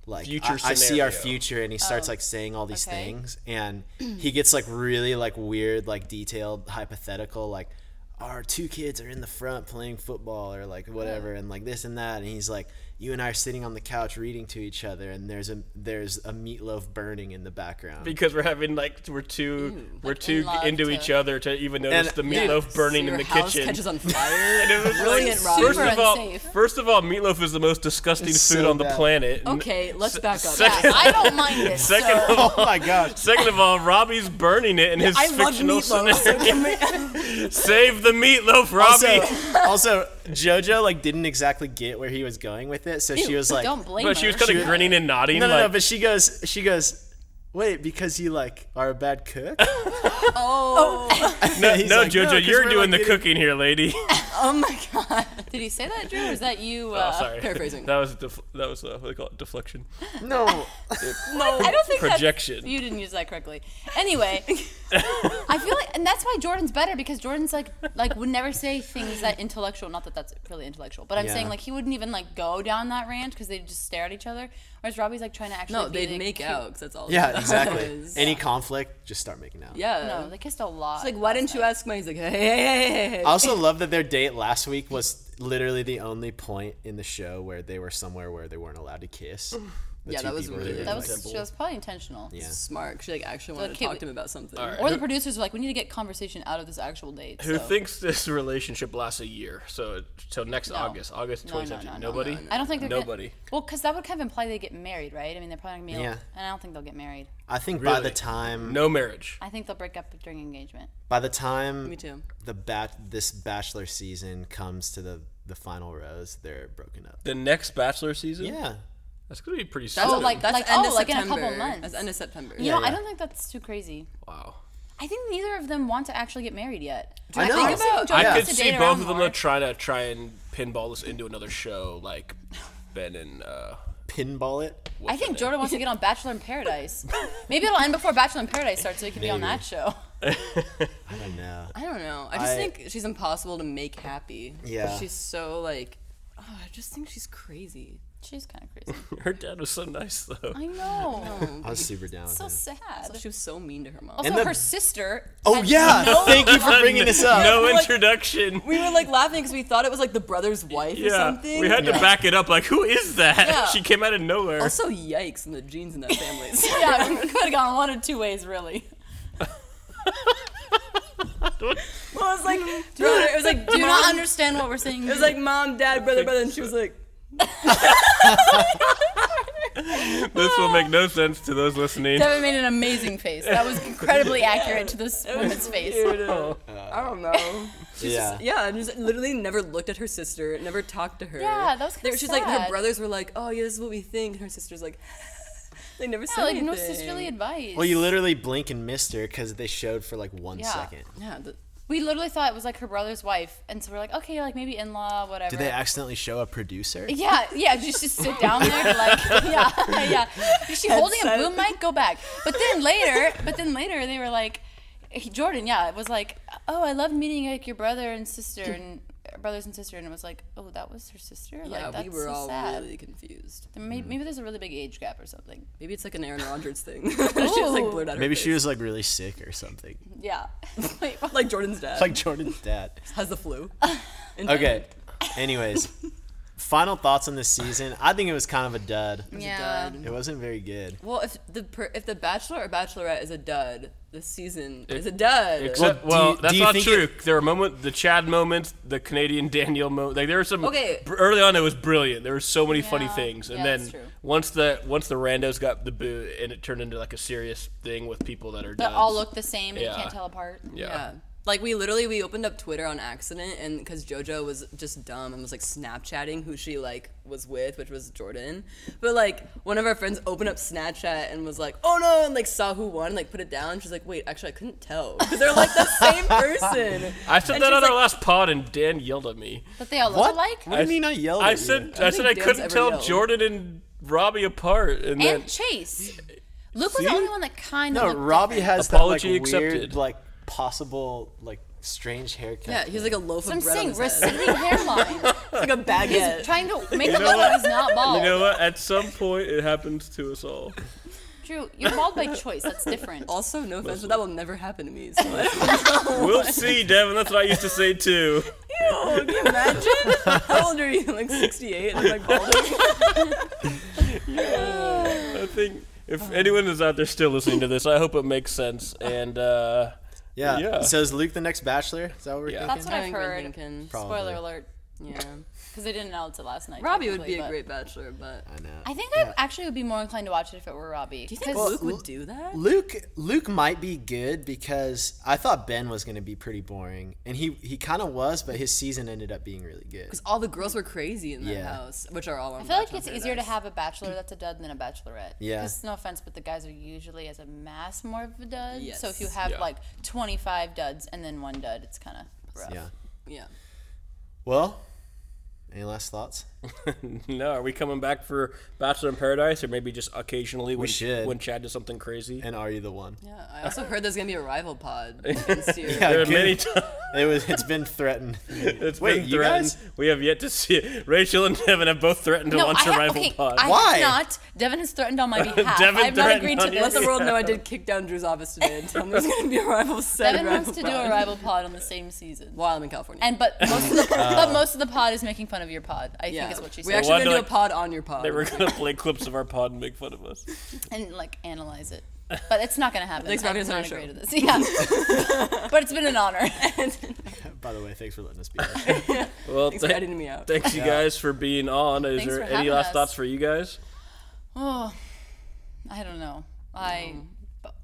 Speaker 2: Like
Speaker 1: Future
Speaker 2: I, I see
Speaker 1: scenario.
Speaker 2: our future, and he starts like saying all these
Speaker 4: Oh, okay.
Speaker 2: things, and he gets like really like weird, like detailed, hypothetical, like our two kids are in the front playing football or like whatever, and like this and that, and he's like, you and I are sitting on the couch reading to each other, and there's a there's a meatloaf burning in the background.
Speaker 1: because we're having like we're too we're too
Speaker 4: in love
Speaker 1: into
Speaker 4: to-
Speaker 1: each other to even notice
Speaker 2: And-
Speaker 1: the meatloaf burning
Speaker 3: So
Speaker 1: in
Speaker 3: your
Speaker 1: the
Speaker 3: house
Speaker 1: kitchen.
Speaker 3: catches on fire.
Speaker 1: And it was like,
Speaker 3: Brilliant, Rob.
Speaker 1: First
Speaker 4: Super
Speaker 1: of all,
Speaker 4: unsafe.
Speaker 1: first of all, meatloaf is the most disgusting
Speaker 2: It's
Speaker 1: food
Speaker 2: so
Speaker 1: on the
Speaker 2: bad.
Speaker 1: planet. N-
Speaker 3: Okay, let's back up.
Speaker 1: second-
Speaker 4: I don't mind it.
Speaker 1: Second
Speaker 4: so.
Speaker 1: of all,
Speaker 2: Oh my gosh!
Speaker 1: second of all, Robbie's burning it in his
Speaker 3: I love
Speaker 1: fictional scenario.
Speaker 3: meatloaf. So give me-
Speaker 1: Save the meatloaf, Robbie.
Speaker 2: also, also JoJo like didn't exactly get where he was going with it, so she was like,
Speaker 4: don't blame
Speaker 1: but she
Speaker 4: her.
Speaker 1: was kind of
Speaker 2: She-
Speaker 1: grinning and nodding.
Speaker 2: No, no, no.
Speaker 1: like,
Speaker 2: But she goes, she goes. Wait, because you like are a bad cook?
Speaker 3: oh,
Speaker 2: no,
Speaker 1: no, Jojo, you're doing the cooking here, lady.
Speaker 3: Oh my god.
Speaker 4: Did he say that, Drew? Or is that you?
Speaker 1: Oh,
Speaker 4: Uh,
Speaker 1: sorry.
Speaker 3: paraphrasing.
Speaker 1: That was def- that was uh, what do they call it? Deflection.
Speaker 2: No.
Speaker 4: No, I don't think that's-
Speaker 1: projection.
Speaker 4: you didn't use that correctly. Anyway, I feel like, and that's why Jordan's better because Jordan's like, like would never say things that intellectual. Not that that's really intellectual, but I'm
Speaker 2: Yeah.
Speaker 4: saying like he wouldn't even like go down that rant because they'd just stare at each other. Whereas Robbie's like trying to actually.
Speaker 3: No,
Speaker 4: be,
Speaker 3: they'd
Speaker 4: like,
Speaker 3: make
Speaker 4: cute.
Speaker 3: out because that's all.
Speaker 2: Yeah,
Speaker 3: that
Speaker 2: exactly.
Speaker 3: is.
Speaker 2: Any conflict, just start making out.
Speaker 3: Yeah.
Speaker 4: No, they kissed a lot.
Speaker 3: It's like, why didn't you ask me? He's like, hey, hey, hey, hey, hey.
Speaker 2: I also love that their date last week was literally the only point in the show where they were somewhere where they weren't allowed to kiss. The
Speaker 3: Yeah,
Speaker 2: two
Speaker 3: that was
Speaker 2: people who
Speaker 3: weird.
Speaker 2: were,
Speaker 4: That was
Speaker 2: like-
Speaker 1: Temple.
Speaker 4: that was probably intentional.
Speaker 2: Yeah.
Speaker 3: Smart. She like actually wanted
Speaker 4: okay,
Speaker 3: to talk
Speaker 4: we-
Speaker 3: to him about something.
Speaker 4: Or the producers were like, we need to get conversation out of this actual date.
Speaker 1: Who
Speaker 4: so-
Speaker 1: thinks this relationship lasts a year? So till next August, August
Speaker 4: No, no,
Speaker 1: 2017.
Speaker 4: no, no,
Speaker 1: Nobody.
Speaker 4: I don't think they're
Speaker 1: Nobody.
Speaker 4: Gonna, well, because that would kind of imply they get married, right? I mean, they're probably gonna be.
Speaker 2: Yeah.
Speaker 4: And I don't think they'll get married.
Speaker 2: I think by
Speaker 1: Really?
Speaker 2: the time
Speaker 1: No marriage.
Speaker 4: I think they'll break up during engagement.
Speaker 2: by the time
Speaker 3: Me too.
Speaker 2: the bat this bachelor season comes to the the final rose, they're broken up.
Speaker 1: The next Bachelor season.
Speaker 2: Yeah.
Speaker 1: That's gonna be pretty soon.
Speaker 3: That's
Speaker 4: Oh, like-
Speaker 3: that's
Speaker 4: like-
Speaker 3: end
Speaker 4: oh,
Speaker 3: of
Speaker 4: like in a
Speaker 3: September.
Speaker 4: couple months.
Speaker 3: That's end of September.
Speaker 4: You know,
Speaker 2: yeah.
Speaker 4: I don't think that's too crazy.
Speaker 1: wow.
Speaker 4: I think neither of them want to actually get married yet.
Speaker 2: I know.
Speaker 4: think about- I
Speaker 1: I
Speaker 4: Yeah.
Speaker 1: could
Speaker 4: to
Speaker 1: see
Speaker 4: date
Speaker 1: both
Speaker 4: around
Speaker 1: of them
Speaker 4: more.
Speaker 1: though, trying to try and pinball this into another show like Ben and uh,
Speaker 2: pinball it.
Speaker 4: I think Jordan wants to get on Bachelor in Paradise. Maybe it'll end before Bachelor in Paradise starts, so he can be on
Speaker 2: Maybe.
Speaker 4: that show.
Speaker 2: I don't know.
Speaker 3: I don't know. I just
Speaker 2: I-
Speaker 3: think she's impossible to make happy.
Speaker 2: Yeah.
Speaker 3: She's so like. Oh, I just think she's crazy.
Speaker 4: She's kind of crazy.
Speaker 1: her dad was so nice though.
Speaker 4: I know.
Speaker 2: I was super down with
Speaker 4: So
Speaker 2: it.
Speaker 4: sad.
Speaker 3: So she was so mean to her mom.
Speaker 4: Also,
Speaker 2: And the-
Speaker 4: her sister.
Speaker 2: Oh
Speaker 4: had
Speaker 2: yeah,
Speaker 4: no-
Speaker 2: thank you for bringing this up.
Speaker 1: No
Speaker 3: Like-
Speaker 1: introduction.
Speaker 3: we were like laughing because we thought it was like the brother's wife or
Speaker 1: yeah,
Speaker 3: something.
Speaker 1: we had to back it up. Like, who is that?
Speaker 3: Yeah. Oh,
Speaker 1: She came out of nowhere.
Speaker 3: Also, yikes, and the genes in that family.
Speaker 4: Yeah, we could have gone one of two ways, really.
Speaker 3: well, it was like, brother, it was like,
Speaker 4: Do
Speaker 3: mom,
Speaker 4: not understand what we're saying.
Speaker 3: It was like mom, dad, brother, brother, and she was like,
Speaker 1: this will make no sense to those listening.
Speaker 4: Devin made an amazing face. That was incredibly accurate to this woman's face.
Speaker 3: dude, uh, I don't know.
Speaker 2: yeah.
Speaker 3: Yeah, and just literally never looked at her sister, never talked to her.
Speaker 4: Yeah, that was kinda
Speaker 3: They- She's like, her
Speaker 4: sad.
Speaker 3: brothers were like, oh, yeah, this is what we think. And her sister's like, they never said
Speaker 4: Yeah, like
Speaker 3: anything.
Speaker 4: no sisterly advice.
Speaker 2: Well, you literally blink and missed her because they showed for like one second.
Speaker 4: Yeah.
Speaker 3: Yeah, the,
Speaker 4: we literally thought it was like her brother's wife, and so we're like, okay, like maybe in-law, whatever.
Speaker 2: Did they accidentally show a producer?
Speaker 4: Yeah, yeah. Just just sit down there, like yeah, yeah. Is she holding a
Speaker 3: Headset.
Speaker 4: boom mic? Go back. But then later, but then later they were like, he- Jordan, yeah, it was like, oh, I loved meeting like your brother and sister and uh, brothers and sister, and it was like, oh, that was her sister. Like
Speaker 3: yeah
Speaker 4: that's
Speaker 3: we were
Speaker 4: so
Speaker 3: all
Speaker 4: sad.
Speaker 3: really confused.
Speaker 4: There
Speaker 2: Mm.
Speaker 4: may- maybe there's a really big age gap or something.
Speaker 3: Maybe it's like an Aaron Rodgers thing. she just like
Speaker 4: Ooh.
Speaker 3: blurred out her
Speaker 2: Maybe
Speaker 3: face.
Speaker 2: she was like really sick or something.
Speaker 4: Yeah. Wait, what?
Speaker 3: Like Jordan's dad
Speaker 2: Like Jordan's dad.
Speaker 3: has the flu.
Speaker 2: Okay. Anyways, final thoughts on this season. I think it was kind of a dud.
Speaker 4: yeah.
Speaker 3: dud.
Speaker 2: It wasn't very good.
Speaker 3: Well, if the per- if the Bachelor or Bachelorette is a dud, this season is a dud.
Speaker 1: Except,
Speaker 2: Well,
Speaker 1: well,
Speaker 2: do you- do
Speaker 1: that's
Speaker 2: you
Speaker 1: not
Speaker 2: think
Speaker 1: true. there were moments, the Chad moments, the Canadian Daniel moment. Like there were some.
Speaker 3: Okay.
Speaker 1: br- Early on, it was brilliant. There were so many funny
Speaker 4: Yeah.
Speaker 1: things, and
Speaker 4: Yeah, that's
Speaker 1: then
Speaker 4: true.
Speaker 1: once the once the randos got the boo, and it turned into like a serious thing with people that are
Speaker 4: That
Speaker 1: duds.
Speaker 4: all look the same and you
Speaker 1: Yeah.
Speaker 4: can't tell apart.
Speaker 1: Yeah.
Speaker 3: yeah. Like we literally we opened up Twitter on accident, and because JoJo was just dumb and was like Snapchatting who she like was with, which was Jordan. But like one of our friends opened up Snapchat and was like, "Oh no!" and like saw who won, and, like put it down. She's like, "Wait, actually, I couldn't tell because they're like the same person."
Speaker 1: I said
Speaker 3: And
Speaker 1: that on
Speaker 3: she's
Speaker 1: our
Speaker 3: like-
Speaker 1: last pod, and Dan yelled at me.
Speaker 4: But they all look
Speaker 2: What?
Speaker 4: alike.
Speaker 2: What do you mean I yelled?
Speaker 1: I
Speaker 2: at you?
Speaker 1: said I, said
Speaker 3: think
Speaker 1: I
Speaker 3: Dan's
Speaker 1: couldn't
Speaker 3: ever
Speaker 1: tell
Speaker 3: yelled.
Speaker 1: Jordan and Robbie apart, and, then
Speaker 4: And Chase. Luke was the
Speaker 2: See?
Speaker 4: only one that kind of
Speaker 2: No,
Speaker 4: looked
Speaker 2: Robbie
Speaker 4: different.
Speaker 2: has
Speaker 1: Apology
Speaker 2: that like weird,
Speaker 1: accepted.
Speaker 2: like possible, like strange haircut.
Speaker 3: Yeah, he's like a loaf
Speaker 4: I'm
Speaker 3: of bread. on
Speaker 4: saying
Speaker 3: his head.
Speaker 4: receding hairline.
Speaker 3: like a baguette.
Speaker 4: Trying to make it
Speaker 1: know
Speaker 4: look
Speaker 1: what?
Speaker 4: like he's not bald.
Speaker 1: you know what? At some point, it happens to us all.
Speaker 4: Drew, you're bald by choice. That's different.
Speaker 3: also, no offense, but that will never happen to me. So like,
Speaker 1: We'll see, Devin. That's what I used to say too.
Speaker 3: can you imagine? How old are you? Like 68? I'm like balding.
Speaker 1: I think
Speaker 4: Uh.
Speaker 1: if anyone is out there still listening to this, I hope it makes sense. And uh,
Speaker 2: yeah.
Speaker 1: Yeah.
Speaker 2: So is Luke the next bachelor? Is that what we're
Speaker 1: Yeah.
Speaker 2: thinking?
Speaker 4: That's what I've
Speaker 3: think we're
Speaker 4: heard.
Speaker 3: thinking-
Speaker 2: Probably.
Speaker 4: Spoiler alert.
Speaker 3: Yeah.
Speaker 4: Because they didn't announce it last night.
Speaker 3: Robbie would be
Speaker 4: technically,
Speaker 3: a
Speaker 4: but-
Speaker 3: great bachelor, but.
Speaker 2: I know.
Speaker 4: I think
Speaker 2: Yeah.
Speaker 4: I actually would be more inclined to watch it if it were Robbie.
Speaker 3: Do you think
Speaker 4: 'Cause-
Speaker 3: Luke would do that?
Speaker 2: Luke Luke might be good because I thought Ben was going to be pretty boring, and he he kind of was, but his season ended up being really good.
Speaker 3: Because all the girls were crazy in that
Speaker 2: Yeah.
Speaker 3: house, which are all on
Speaker 4: I feel like it's easier to have a bachelor that's a dud than a bachelorette.
Speaker 2: Yeah.
Speaker 4: Because no offense, but the guys are usually as a mass more of a dud. So if you
Speaker 3: Yes.
Speaker 4: have
Speaker 1: Yeah.
Speaker 4: like 25 duds and then one dud, it's kind of rough.
Speaker 2: Yeah.
Speaker 3: Yeah.
Speaker 2: Well, any last thoughts?
Speaker 1: No, are we coming back for Bachelor in Paradise, or maybe just occasionally when
Speaker 2: should.
Speaker 1: when Chad does something crazy?
Speaker 2: And are you the one?
Speaker 3: Yeah, I also heard there's gonna be a rival pod. next year.
Speaker 2: Yeah,
Speaker 1: there are
Speaker 2: good.
Speaker 1: many times
Speaker 2: It was. It's been threatened.
Speaker 1: it's
Speaker 2: Wait,
Speaker 1: been
Speaker 2: you
Speaker 1: threatened.
Speaker 2: guys?
Speaker 1: We have yet to see it. Rachel and Devin have both threatened to
Speaker 4: No,
Speaker 1: launch
Speaker 4: I
Speaker 1: a
Speaker 4: ha-
Speaker 1: rival
Speaker 4: okay,
Speaker 1: pod.
Speaker 4: I
Speaker 2: Why?
Speaker 4: have not. Devin has threatened on my behalf.
Speaker 1: Devin
Speaker 4: I have not
Speaker 1: threatened
Speaker 4: agreed to
Speaker 1: on your
Speaker 4: this.
Speaker 3: Let the world know I did kick down Drew's office today and tell him there's gonna be a rival set.
Speaker 4: Devin
Speaker 3: rival
Speaker 4: wants to do
Speaker 3: pod
Speaker 4: a rival pod on the same season.
Speaker 3: While I'm in California.
Speaker 4: And but most of the but most of the pod is making fun of your pod. I think is what she
Speaker 3: Uh. we
Speaker 4: said.
Speaker 1: Why
Speaker 3: actually
Speaker 1: do
Speaker 3: gonna do
Speaker 1: I-
Speaker 3: a pod on your pod.
Speaker 1: they were gonna play clips of our pod and make fun of us.
Speaker 4: and like analyze it. But it's not gonna happen.
Speaker 3: Next
Speaker 4: I
Speaker 3: round
Speaker 4: did
Speaker 3: is
Speaker 4: not
Speaker 3: our
Speaker 4: agree
Speaker 3: show.
Speaker 4: to this. Yeah. but it's been an honor.
Speaker 2: By the way, thanks for letting us be here.
Speaker 1: Well,
Speaker 3: Thanks for
Speaker 1: thank-
Speaker 3: editing me out.
Speaker 1: thanks you guys for being on. Is
Speaker 4: Thanks
Speaker 1: there
Speaker 4: for
Speaker 1: any
Speaker 4: having
Speaker 1: last
Speaker 4: us.
Speaker 1: thoughts for you guys?
Speaker 4: oh, I don't know. I but,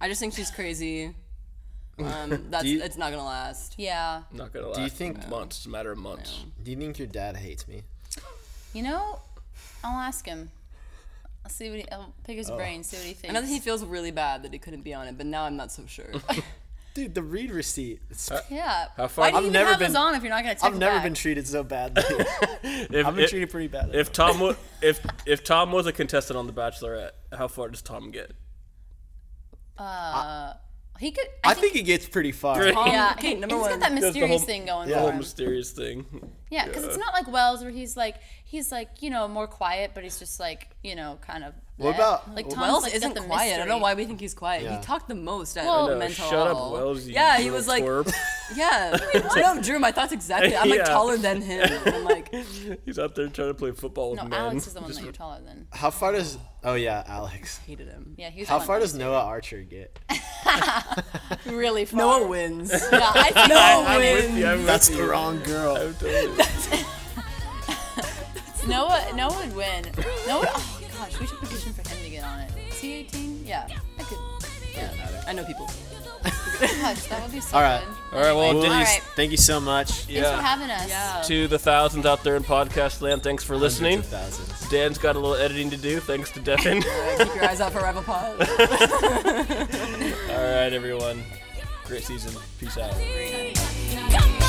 Speaker 3: I just think she's crazy. Um, that's
Speaker 2: you-
Speaker 3: it's not gonna last.
Speaker 4: yeah.
Speaker 1: Not gonna lie.
Speaker 2: you think-
Speaker 1: months? It's a matter of months.
Speaker 2: Do you think your dad hates me?
Speaker 4: You know, I'll ask him. I'll see what he. I'll pick his brain. See what he thinks.
Speaker 3: I know that he feels really bad that he couldn't be on it, but now I'm not so sure.
Speaker 2: Dude, the read receipt. It's-
Speaker 1: Uh,
Speaker 4: yeah.
Speaker 1: How far-
Speaker 4: Why do you
Speaker 1: I've
Speaker 4: even
Speaker 2: never
Speaker 4: have
Speaker 2: been-
Speaker 4: this on if you're not gonna take
Speaker 2: I've
Speaker 4: it
Speaker 2: never
Speaker 4: back?
Speaker 2: been treated so badly.
Speaker 1: If,
Speaker 2: I've been
Speaker 1: if-
Speaker 2: treated pretty badly.
Speaker 1: if Tom wa- if if Tom was a contestant on The Bachelorette, how far does Tom get?
Speaker 4: He could. I,
Speaker 2: I think it gets pretty far.
Speaker 1: Pretty-
Speaker 3: Um,
Speaker 4: Yeah.
Speaker 3: okay,
Speaker 4: he,
Speaker 3: number
Speaker 4: has
Speaker 3: one.
Speaker 4: got that
Speaker 1: the
Speaker 4: mysterious
Speaker 1: whole-
Speaker 4: thing going
Speaker 1: The
Speaker 4: for
Speaker 1: whole
Speaker 4: him.
Speaker 1: mysterious thing.
Speaker 4: Yeah, because it's not like Wells where he's like he's like you know more quiet, but he's just like you know kind of.
Speaker 2: What
Speaker 4: bleh.
Speaker 2: about-
Speaker 4: like
Speaker 2: Wells
Speaker 4: Tom's
Speaker 3: Wells
Speaker 4: like, got
Speaker 3: isn't
Speaker 4: the
Speaker 3: quiet. I don't know
Speaker 4: mystery.
Speaker 3: why we think he's quiet.
Speaker 2: Yeah.
Speaker 3: He talked the most at the
Speaker 4: Well- No,
Speaker 1: No,
Speaker 3: mental
Speaker 1: shut up,
Speaker 3: hall.
Speaker 1: Wells. You
Speaker 3: yeah, he
Speaker 1: little
Speaker 3: was like,
Speaker 1: twerp.
Speaker 3: yeah. no, Drew, my thoughts exactly. I'm like
Speaker 1: Yeah.
Speaker 3: taller than him. and I'm like,
Speaker 1: He's out there trying to play football with
Speaker 4: No,
Speaker 1: men.
Speaker 4: Alex is the one
Speaker 1: Just-
Speaker 4: that you're taller than.
Speaker 2: How far does? Oh yeah, Alex.
Speaker 3: hated him.
Speaker 4: Yeah, he's.
Speaker 2: How far does Noah Archer get?
Speaker 4: really far?
Speaker 3: Noah wins.
Speaker 4: Yeah, I think
Speaker 1: I'm
Speaker 3: Noah
Speaker 1: with
Speaker 3: wins.
Speaker 1: you. I'm with
Speaker 2: That's
Speaker 1: you.
Speaker 2: the wrong girl.
Speaker 1: I'm totally-
Speaker 4: Noah, Noah would win. Noah. Oh gosh, we should petition for him to get on it. Is he 18? Yeah, I could.
Speaker 3: I know people.
Speaker 4: Gosh, that would be so
Speaker 2: All right.
Speaker 4: good.
Speaker 1: All right, well,
Speaker 4: Anyway,
Speaker 1: Denise,
Speaker 4: all right.
Speaker 2: Thank you so much.
Speaker 4: Thanks for
Speaker 1: Yeah.
Speaker 4: having us.
Speaker 1: To the thousands out there in podcast land, thanks for listening.
Speaker 2: Hundreds of thousands.
Speaker 1: Dan's got a little editing to do. Thanks to Devin.
Speaker 3: Alright, keep your eyes out for rival pod.
Speaker 1: All right, everyone. Great season. Peace out.
Speaker 5: Come on.